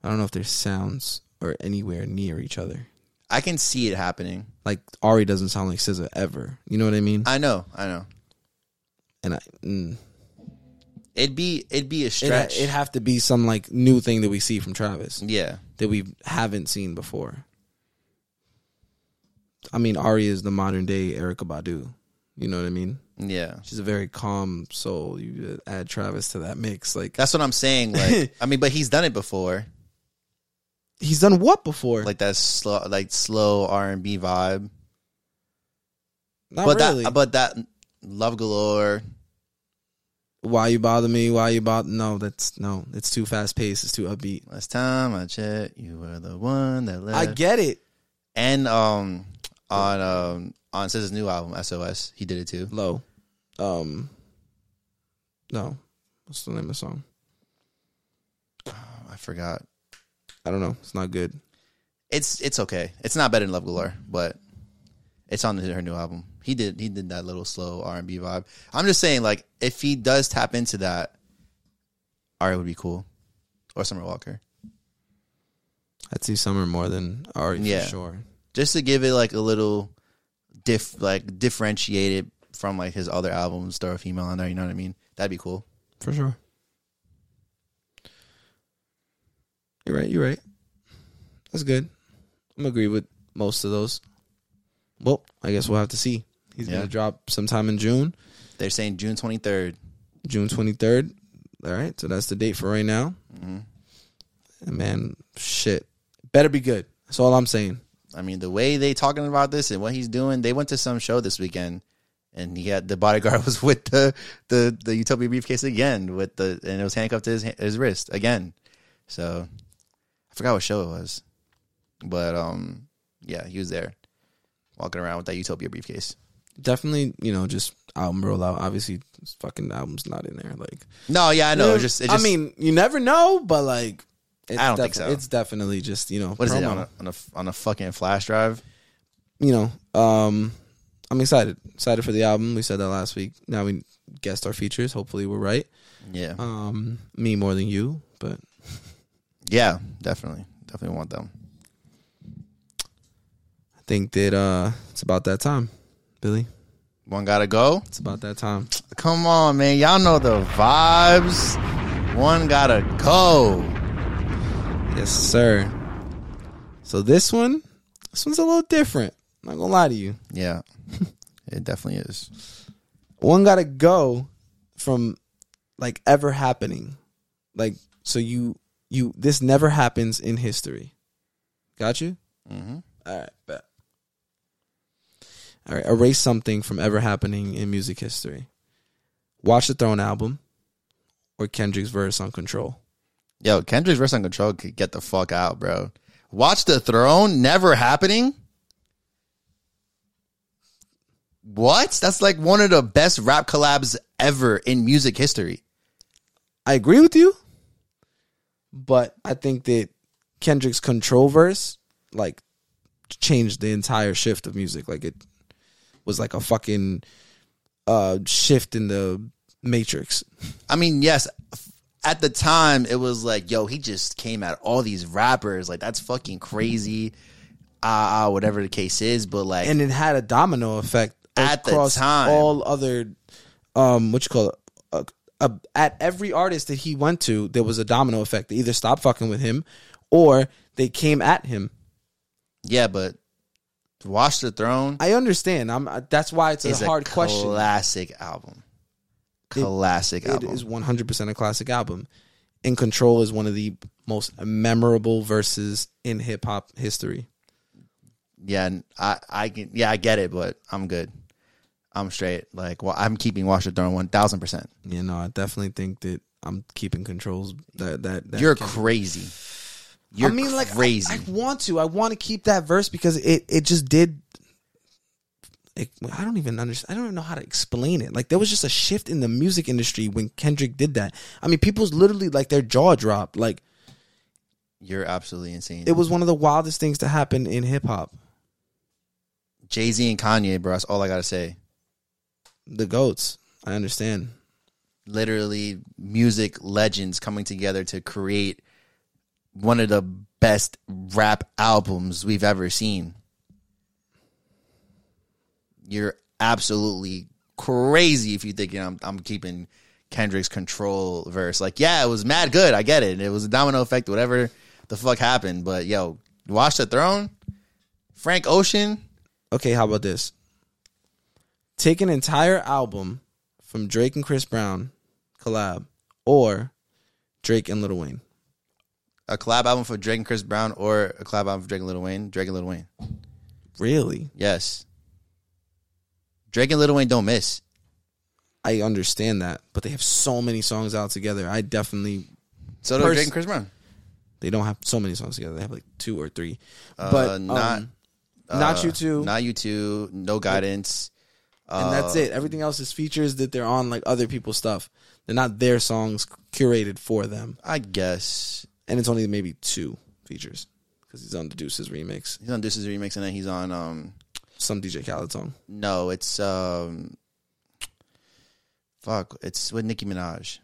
Speaker 2: I don't know if their sounds are anywhere near each other.
Speaker 1: I can see it happening.
Speaker 2: Like Ari doesn't sound like SZA ever. You know what I mean?
Speaker 1: I know, I know.
Speaker 2: and I, mm,
Speaker 1: It'd be it'd be a
Speaker 2: it
Speaker 1: stretch.
Speaker 2: it have to be some like new thing that we see from Travis
Speaker 1: yeah,
Speaker 2: that we haven't seen before. I mean, Ari is the modern day Erica Badu. You know what I mean?
Speaker 1: yeah.
Speaker 2: She's a very calm soul. You add Travis to that mix, like
Speaker 1: That's what I'm saying. Like, I mean, but he's done it before.
Speaker 2: he's done what before?
Speaker 1: Like that slow, like slow R and B vibe.
Speaker 2: Not
Speaker 1: but
Speaker 2: really.
Speaker 1: that, but that love galore.
Speaker 2: why you bother me? Why you bother? No, that's no. It's too fast paced. It's too upbeat.
Speaker 1: Last time I checked, you were the one that left.
Speaker 2: I get it.
Speaker 1: and um on um on SZA's new album SOS, he did it too.
Speaker 2: Low. Um. No. What's the name of the song?
Speaker 1: I forgot.
Speaker 2: I don't know. It's not good.
Speaker 1: It's it's okay. It's not better than Love Galore, but it's on her new album. He did he did that little slow R and B vibe. I'm just saying, like if he does tap into that, Ari would be cool, or Summer Walker,
Speaker 2: I'd see Summer more than Ari
Speaker 1: Yeah.
Speaker 2: for sure.
Speaker 1: just to give it like a little diff like differentiated from like his other albums. Throw a female on there, you know what I mean? That'd be cool.
Speaker 2: For sure. You're right. You're right. That's good. I'm agree with most of those. Well, I guess we'll have to see. He's
Speaker 1: Yeah.
Speaker 2: gonna drop sometime in June.
Speaker 1: They're saying June 23rd.
Speaker 2: June 23rd. All right. So that's the date for right now.
Speaker 1: Mm-hmm.
Speaker 2: And man, shit. Better be good. That's all I'm saying.
Speaker 1: I mean, the way they talking about this and what he's doing, they went to some show this weekend, and he had the bodyguard was with the the the Utopia briefcase again with the and it was handcuffed to his his wrist again. So I forgot what show it was, but um, yeah, he was there walking around with that Utopia briefcase.
Speaker 2: Definitely, you know, just album rollout. Obviously, this fucking album's not in there. Like,
Speaker 1: No, yeah, I know. It was just, it just
Speaker 2: I mean, you never know, but like, it's
Speaker 1: I don't think so.
Speaker 2: It's definitely just you know,
Speaker 1: what is it
Speaker 2: promo.
Speaker 1: on a, on a on a fucking flash drive?
Speaker 2: you know, um, I'm excited. Excited for the album. We said that last week. Now we guessed our features. Hopefully, we're right.
Speaker 1: Yeah,
Speaker 2: Um, me more than you, but
Speaker 1: yeah, definitely, definitely want them.
Speaker 2: I think that uh, it's about that time, Billy.
Speaker 1: One gotta go.
Speaker 2: It's about that time.
Speaker 1: Come on, man. Y'all know the vibes. One gotta go.
Speaker 2: Yes, sir. So this one, this one's a little different. I'm not gonna lie to you.
Speaker 1: Yeah. It definitely is.
Speaker 2: One gotta go from like ever happening. Like so you you this never happens in history. Got you?
Speaker 1: Mm-hmm.
Speaker 2: Alright, bet. All right, erase something from ever happening in music history. Watch the Throne album or Kendrick's verse on Control.
Speaker 1: Yo, Kendrick's verse on Control could get the fuck out, bro. Watch the Throne never happening. What? That's like one of the best rap collabs ever in music history.
Speaker 2: I agree with you, but I think that Kendrick's Control verse like changed the entire shift of music. Like it was like a fucking uh shift in the matrix.
Speaker 1: I mean, yes, f- at the time it was like, yo, he just came at all these rappers. Like that's fucking crazy. Ah, ah, whatever the case is, but like
Speaker 2: and it had a domino effect
Speaker 1: At the
Speaker 2: across
Speaker 1: time.
Speaker 2: all other um what you call it uh, uh, at every artist that he went to there was a domino effect they either stopped fucking with him or they came at him
Speaker 1: yeah, but Watch the Throne
Speaker 2: i understand i'm uh, that's why it's a
Speaker 1: is
Speaker 2: hard
Speaker 1: a
Speaker 2: question
Speaker 1: classic album. Classic
Speaker 2: it
Speaker 1: album.
Speaker 2: is 100% a classic album and control is one of the most memorable verses in hip-hop history
Speaker 1: yeah, and I, I can, yeah, I get it, but I'm good. I'm straight. Like, well, I'm keeping Watch the Throne one thousand percent.
Speaker 2: you know i definitely think that i'm keeping controls that that, that
Speaker 1: You're
Speaker 2: Kendrick-
Speaker 1: crazy. You're
Speaker 2: I mean, like I-
Speaker 1: crazy.
Speaker 2: I, want to. I want to keep that verse because it it just did. It, I don't even understand. I don't even know how to explain it. Like there was just a shift in the music industry when Kendrick did that. I mean, people's literally like their jaw dropped. Like
Speaker 1: You're absolutely insane.
Speaker 2: it was one of the wildest things to happen in hip hop.
Speaker 1: Jay Z and Kanye, bro. That's all I gotta say.
Speaker 2: The goats. I understand.
Speaker 1: literally music legends coming together to create one of the best rap albums we've ever seen. You're absolutely crazy if you think you know, I'm, I'm keeping Kendrick's control verse. Like, yeah, it was mad good. I get it. It was a domino effect, whatever the fuck happened. But yo, Watch the Throne, Frank Ocean.
Speaker 2: Okay, how about this? Take an entire album from Drake and Chris Brown collab, or Drake and Lil Wayne.
Speaker 1: A collab album for Drake and Chris Brown, or a collab album for Drake and Lil Wayne. Drake and Lil Wayne.
Speaker 2: Really?
Speaker 1: Yes. Drake and Lil Wayne don't miss.
Speaker 2: I understand that, but they have so many songs out together. I definitely
Speaker 1: So
Speaker 2: Pers-
Speaker 1: does Drake and Chris Brown.
Speaker 2: they don't have so many songs together. They have like two or three.
Speaker 1: Uh,
Speaker 2: but
Speaker 1: not-
Speaker 2: um, not
Speaker 1: Uh,
Speaker 2: you two,
Speaker 1: Not you two. No guidance.
Speaker 2: and that's
Speaker 1: Uh,
Speaker 2: it. Everything else is features that they're on like other people's stuff. They're not their songs curated for them,
Speaker 1: I guess
Speaker 2: and it's only maybe two features because he's on the Deuces remix,
Speaker 1: he's on Deuces remix, and then he's on. um
Speaker 2: some DJ Khaled song.
Speaker 1: No, it's um. Fuck, it's with Nicki Minaj.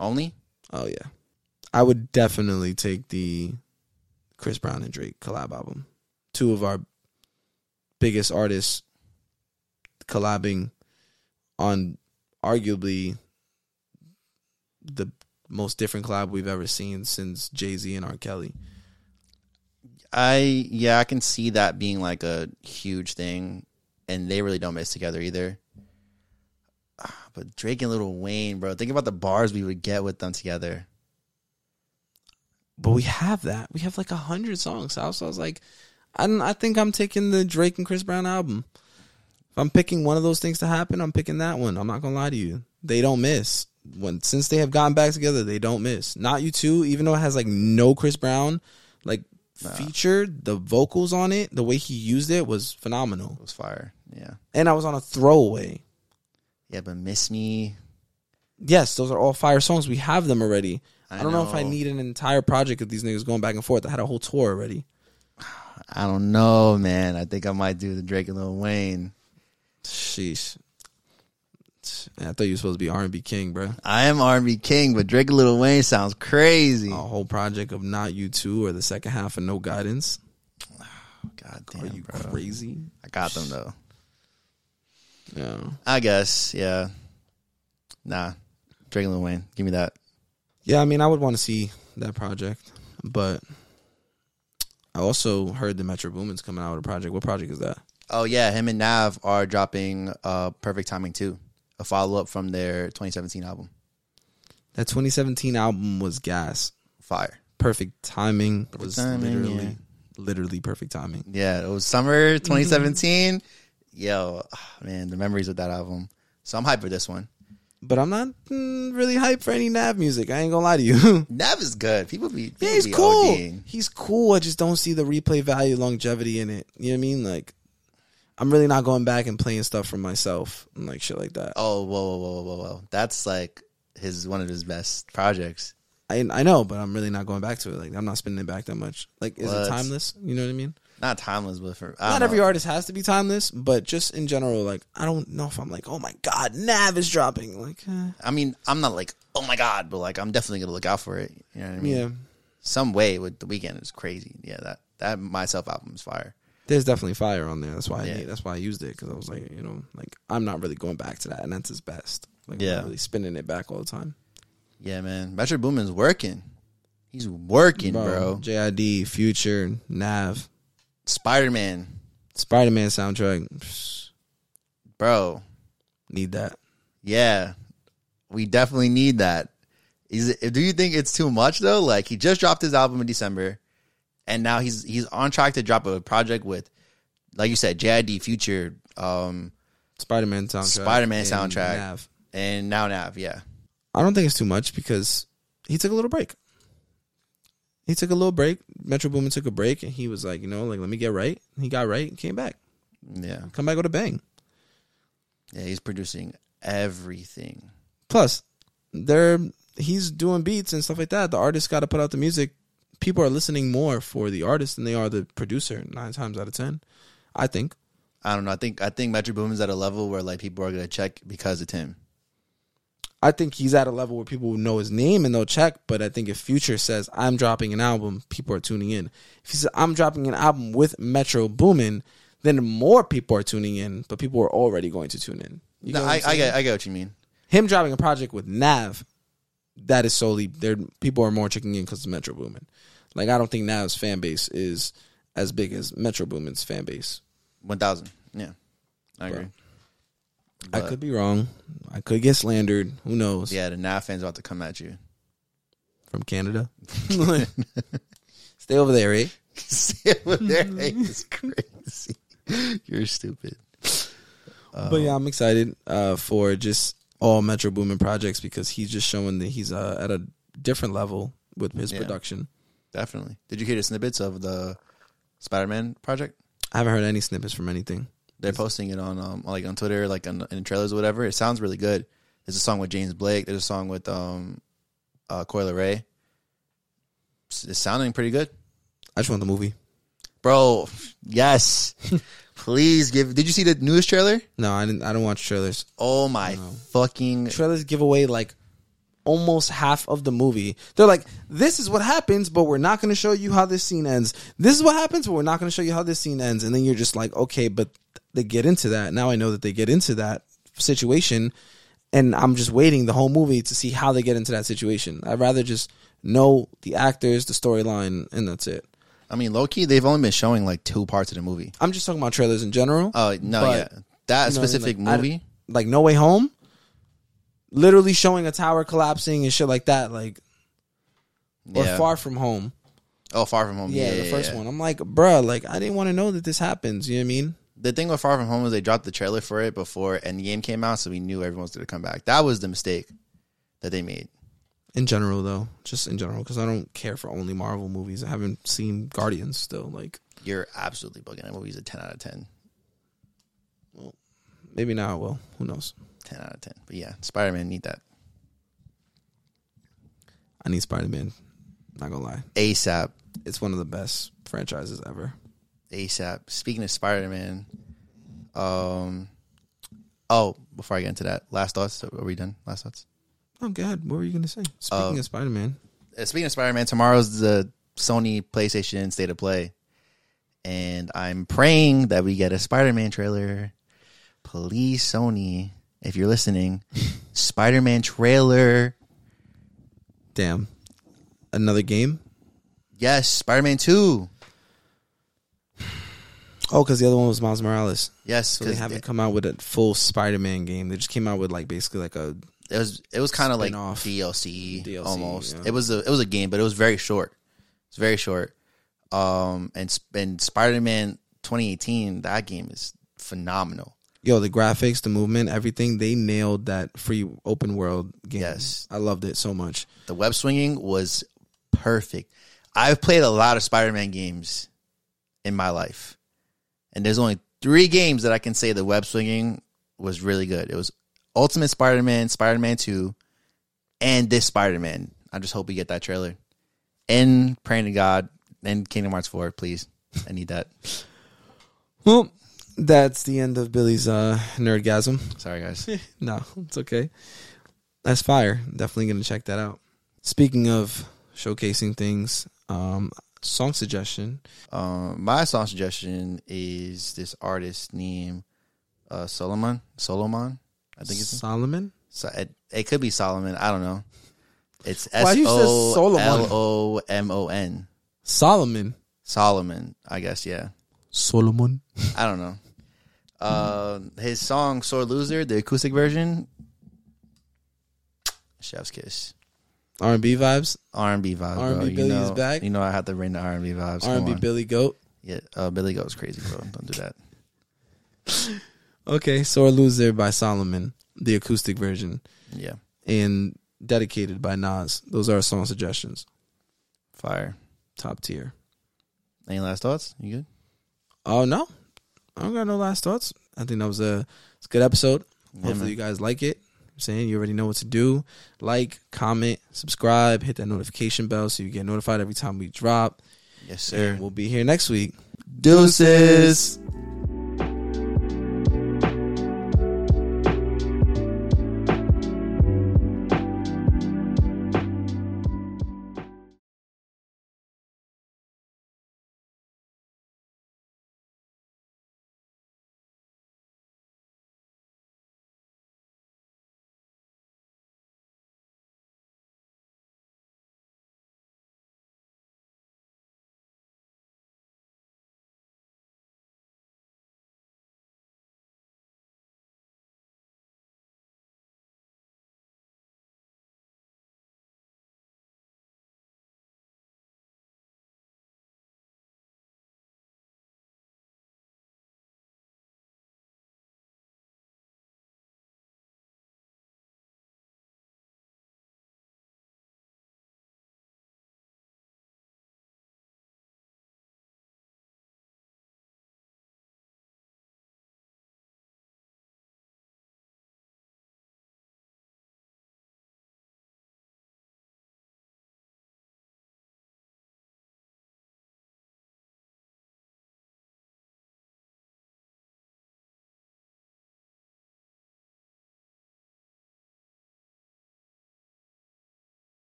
Speaker 1: Only.
Speaker 2: Oh yeah, I would definitely take the Chris Brown and Drake collab album. Two of our biggest artists collabing on arguably the most different collab we've ever seen since Jay Z and R. Kelly.
Speaker 1: I yeah, I can see that being like a huge thing, and they really don't miss together either. Ah, But Drake and Lil Wayne, bro, think about the bars we would get with them together.
Speaker 2: But we have that. We have like a hundred songs. So I was, I was like, I, don't- I think I'm taking the Drake and Chris Brown album. If I'm picking one of those things to happen, I'm picking that one. I'm not gonna lie to you. They don't miss. When since they have gotten back together, they don't miss. Not you two, even though it has like no Chris Brown, like featured the vocals on it, the way he used it was phenomenal.
Speaker 1: It was fire. Yeah.
Speaker 2: And I was on a throwaway.
Speaker 1: Yeah, but Miss Me.
Speaker 2: Yes, those are all fire songs. We have them already. I,
Speaker 1: I
Speaker 2: don't know. if I
Speaker 1: know.
Speaker 2: need an entire project of these niggas going back and forth. I had a whole tour already.
Speaker 1: I don't know, man. I think I might do the Drake and Lil Wayne.
Speaker 2: Sheesh. I thought you were supposed to be R and B king, bro.
Speaker 1: I am R&B king, but Drake and Lil Wayne sounds crazy.
Speaker 2: A whole project of not you two or the second half of no guidance.
Speaker 1: God
Speaker 2: Are
Speaker 1: damn,
Speaker 2: you
Speaker 1: bro.
Speaker 2: crazy?
Speaker 1: I got them though.
Speaker 2: Yeah.
Speaker 1: I guess, yeah. Nah, Drake and Lil Wayne, give me that.
Speaker 2: Yeah, I mean, I would want to see that project, but I also heard the Metro Boomin's coming out with a project. What project is that?
Speaker 1: Oh yeah, him and Nav are dropping uh Perfect Timing too, a follow up from their 2017 album
Speaker 2: That 2017 album was gas.
Speaker 1: Fire.
Speaker 2: Perfect timing was
Speaker 1: timing,
Speaker 2: literally,
Speaker 1: yeah.
Speaker 2: literally perfect timing.
Speaker 1: Yeah, it was summer 2017. yo, ah, man, the memories of that album. So I'm hyped for this one.
Speaker 2: But I'm not mm, really hyped for any Nav music. I ain't gonna lie to you.
Speaker 1: Nav is good. People be people
Speaker 2: yeah, he's
Speaker 1: be
Speaker 2: cool.
Speaker 1: ODing.
Speaker 2: He's cool. I just don't see the replay value, longevity in it. You know what I mean? Like, I'm really not going back and playing stuff for myself and like shit like that.
Speaker 1: Oh, whoa, whoa, whoa, whoa, whoa! That's like his one of his best projects.
Speaker 2: I I know, but I'm really not going back to it. Like, I'm not spinning it back that much. Like, is
Speaker 1: What? Uh-huh.
Speaker 2: it timeless? You know what I mean?
Speaker 1: Not timeless, but for
Speaker 2: Not every artist has to be timeless, but just in general, like, I don't know if I'm like, oh my god, Nav is dropping. Like, eh.
Speaker 1: I mean, I'm not like oh my god, but like I'm definitely gonna look out for it. You know what I mean?
Speaker 2: yeah,
Speaker 1: Some way with the weekend is crazy. Yeah, that that myself album is fire.
Speaker 2: there's definitely fire on there. That's why I
Speaker 1: Yeah.
Speaker 2: that's why I used it because I was like, you know, like I'm not really going back to that, and that's his best. Like, I'm
Speaker 1: Yeah.
Speaker 2: not really spinning it back all the time.
Speaker 1: Yeah, man. Metro Boomin's working. He's working, bro.
Speaker 2: JID, Future, Nav,
Speaker 1: Spider Man,
Speaker 2: Spider Man soundtrack. Psh,
Speaker 1: bro.
Speaker 2: Need that.
Speaker 1: Yeah, we definitely need that. Is it, do you think it's too much though? Like he just dropped his album in December, and now he's he's on track to drop a project with, like you said, JID Future, um,
Speaker 2: Spider Man soundtrack.
Speaker 1: Spider-Man
Speaker 2: and
Speaker 1: soundtrack.
Speaker 2: Nav.
Speaker 1: and now Nav. Yeah,
Speaker 2: I don't think it's too much because he took a little break. He took a little break. Metro Boomin took a break and he was like, you know, like let me get right. He got right and came back.
Speaker 1: yeah,
Speaker 2: Come back with a bang.
Speaker 1: yeah. He's producing everything.
Speaker 2: Plus, they're he's doing beats and stuff like that. The artist gotta put out the music. People are listening more for the artist than they are the producer nine times out of ten. I think.
Speaker 1: I don't know. I think I think Metro Boomin's at a level where like people are gonna check because it's him.
Speaker 2: I think he's at a level where people will know his name and they'll check. But I think if Future says I'm dropping an album, people are tuning in. If he says I'm dropping an album with Metro Boomin, then more people are tuning in. But people are already going to tune in. You
Speaker 1: No,
Speaker 2: get what
Speaker 1: I,
Speaker 2: I'm
Speaker 1: I
Speaker 2: saying?
Speaker 1: get I get what you mean.
Speaker 2: him dropping a project with Nav. That is solely there. People are more checking in because of Metro Boomin. Like I don't think Nav's fan base is as big as Metro Boomin's fan base.
Speaker 1: One thousand. Yeah, I agree.
Speaker 2: I could be wrong. I could get slandered. Who knows?
Speaker 1: Yeah, the Nav fans about to come at you.
Speaker 2: From Canada. Stay over there, eh?
Speaker 1: sit with their hands crazy. You're stupid.
Speaker 2: But yeah, I'm excited uh, for just all Metro Boomin projects because he's just showing that he's uh, at a different level with his
Speaker 1: Yeah.
Speaker 2: production.
Speaker 1: Definitely. Did you hear the snippets of the Spider-Man project?
Speaker 2: I haven't heard any snippets from anything.
Speaker 1: They're posting it on um like on Twitter, like on in trailers or whatever. It sounds really good. There's a song with James Blake. There's a song with um uh Coil Ray. It's, it's sounding pretty good,
Speaker 2: I just want the movie.
Speaker 1: bro. Yes, please give. Did you see the newest trailer?
Speaker 2: No, I didn't. I don't watch trailers.
Speaker 1: Oh my fucking!
Speaker 2: Trailers give away like almost half of the movie. They're like, "This is what happens, but we're not going to show you how this scene ends. This is what happens, but we're not going to show you how this scene ends." And then you're just like, "Okay, but they get into that. Now I know that they get into that situation." and I'm just waiting the whole movie to see how they get into that situation. I'd rather just know the actors, the storyline, and that's it.
Speaker 1: I mean, low key, they've only been showing like two parts of the movie.
Speaker 2: I'm just talking about trailers in general.
Speaker 1: Oh no,
Speaker 2: But,
Speaker 1: yeah, that
Speaker 2: you know what I mean?
Speaker 1: specific
Speaker 2: Like, I-
Speaker 1: movie.
Speaker 2: like No Way Home, literally showing a tower collapsing and shit like that, like or
Speaker 1: yeah.
Speaker 2: Far From Home.
Speaker 1: Oh, Far From Home.
Speaker 2: Yeah,
Speaker 1: Yeah,
Speaker 2: the first
Speaker 1: yeah.
Speaker 2: one. I'm like, bruh, like I didn't want to know that this happens. You know what I mean?
Speaker 1: The thing with Far From Home is they dropped the trailer for it before Endgame came out, so we knew everyone was going to come back. That was the mistake that they made.
Speaker 2: In general, though, just in general, because I don't care for only Marvel movies. I haven't seen Guardians still. Like
Speaker 1: You're absolutely bugging. That movie's a 10 out of 10.
Speaker 2: maybe now I will. Who knows?
Speaker 1: 10 out of 10. But yeah, Spider Man need that
Speaker 2: I need Spider Man. Not gonna lie.
Speaker 1: ASAP.
Speaker 2: it's one of the best franchises ever.
Speaker 1: ASAP. Speaking of Spider Man, um, oh, before I get into that, last thoughts. Are we done? Last thoughts.
Speaker 2: Oh God, what were you gonna say? Speaking of Spider Man,
Speaker 1: Uh, Speaking of Spider Man, tomorrow's the Sony PlayStation State of Play, and I'm praying that we get a Spider Man trailer. Please, Sony, if you're listening, Spider Man trailer.
Speaker 2: damn, another game.
Speaker 1: Yes, Spider Man Two.
Speaker 2: Oh, because the other one was Miles Morales.
Speaker 1: Yes,
Speaker 2: So they
Speaker 1: because
Speaker 2: haven't
Speaker 1: it,
Speaker 2: come out with a full Spider Man game. They just came out with like basically like a
Speaker 1: it was it was kind of like
Speaker 2: Spin-off.
Speaker 1: DLC,
Speaker 2: DLC,
Speaker 1: almost.
Speaker 2: yeah.
Speaker 1: It was a it was a game, but it was very short. It's very short. Um, and Sp- and Spider Man 2018, that game is phenomenal.
Speaker 2: Yo, the graphics, the movement, everything, they nailed that free open world game.
Speaker 1: Yes.
Speaker 2: I loved it so much.
Speaker 1: The web swinging was perfect. I've played a lot of Spider Man games in my life, and there's only three games that I can say the web swinging was really good. It was Ultimate Spider Man, Spider Man 2, and this Spider Man. I just hope we get that trailer. And praying to God, and Kingdom Hearts 4, please. I need that.
Speaker 2: Well, that's the end of Billy's uh, nerdgasm.
Speaker 1: Sorry, guys.
Speaker 2: no, it's okay. That's fire. Definitely gonna check that out. Speaking of showcasing things, um, song suggestion.
Speaker 1: Um, my song suggestion is this artist named uh, Solomon. Solomon, I think it's
Speaker 2: Solomon.
Speaker 1: So it, it could be Solomon. I don't know. It's
Speaker 2: Why
Speaker 1: S
Speaker 2: you said
Speaker 1: O
Speaker 2: Solomon?
Speaker 1: L O M O N.
Speaker 2: Solomon.
Speaker 1: Solomon, I guess. Yeah,
Speaker 2: Solomon.
Speaker 1: I don't know. Uh, his song "Sore Loser," the acoustic version, Chef's Kiss,
Speaker 2: R and B vibes.
Speaker 1: R and B vibes. bro.
Speaker 2: R&B
Speaker 1: You
Speaker 2: Billy is
Speaker 1: know-
Speaker 2: back.
Speaker 1: You know, I have to bring the R and B vibes. Come
Speaker 2: R and B
Speaker 1: on.
Speaker 2: Billy Goat.
Speaker 1: yeah, uh, Billy goes crazy, bro. Don't do that.
Speaker 2: Okay, Sore Loser by Solomon, the acoustic version,
Speaker 1: Yeah,
Speaker 2: and Dedicated by Nas. Those are our song suggestions.
Speaker 1: fire.
Speaker 2: Top tier.
Speaker 1: Any last thoughts? You good?
Speaker 2: Oh no, I don't got no last thoughts. I think that was a, it's a good episode. Hopefully
Speaker 1: man.
Speaker 2: you guys like it. I'm saying you already know what to do. Like, comment, subscribe, hit that notification bell so you get notified every time we drop.
Speaker 1: Yes,
Speaker 2: And We'll be here next week.
Speaker 1: Deuces.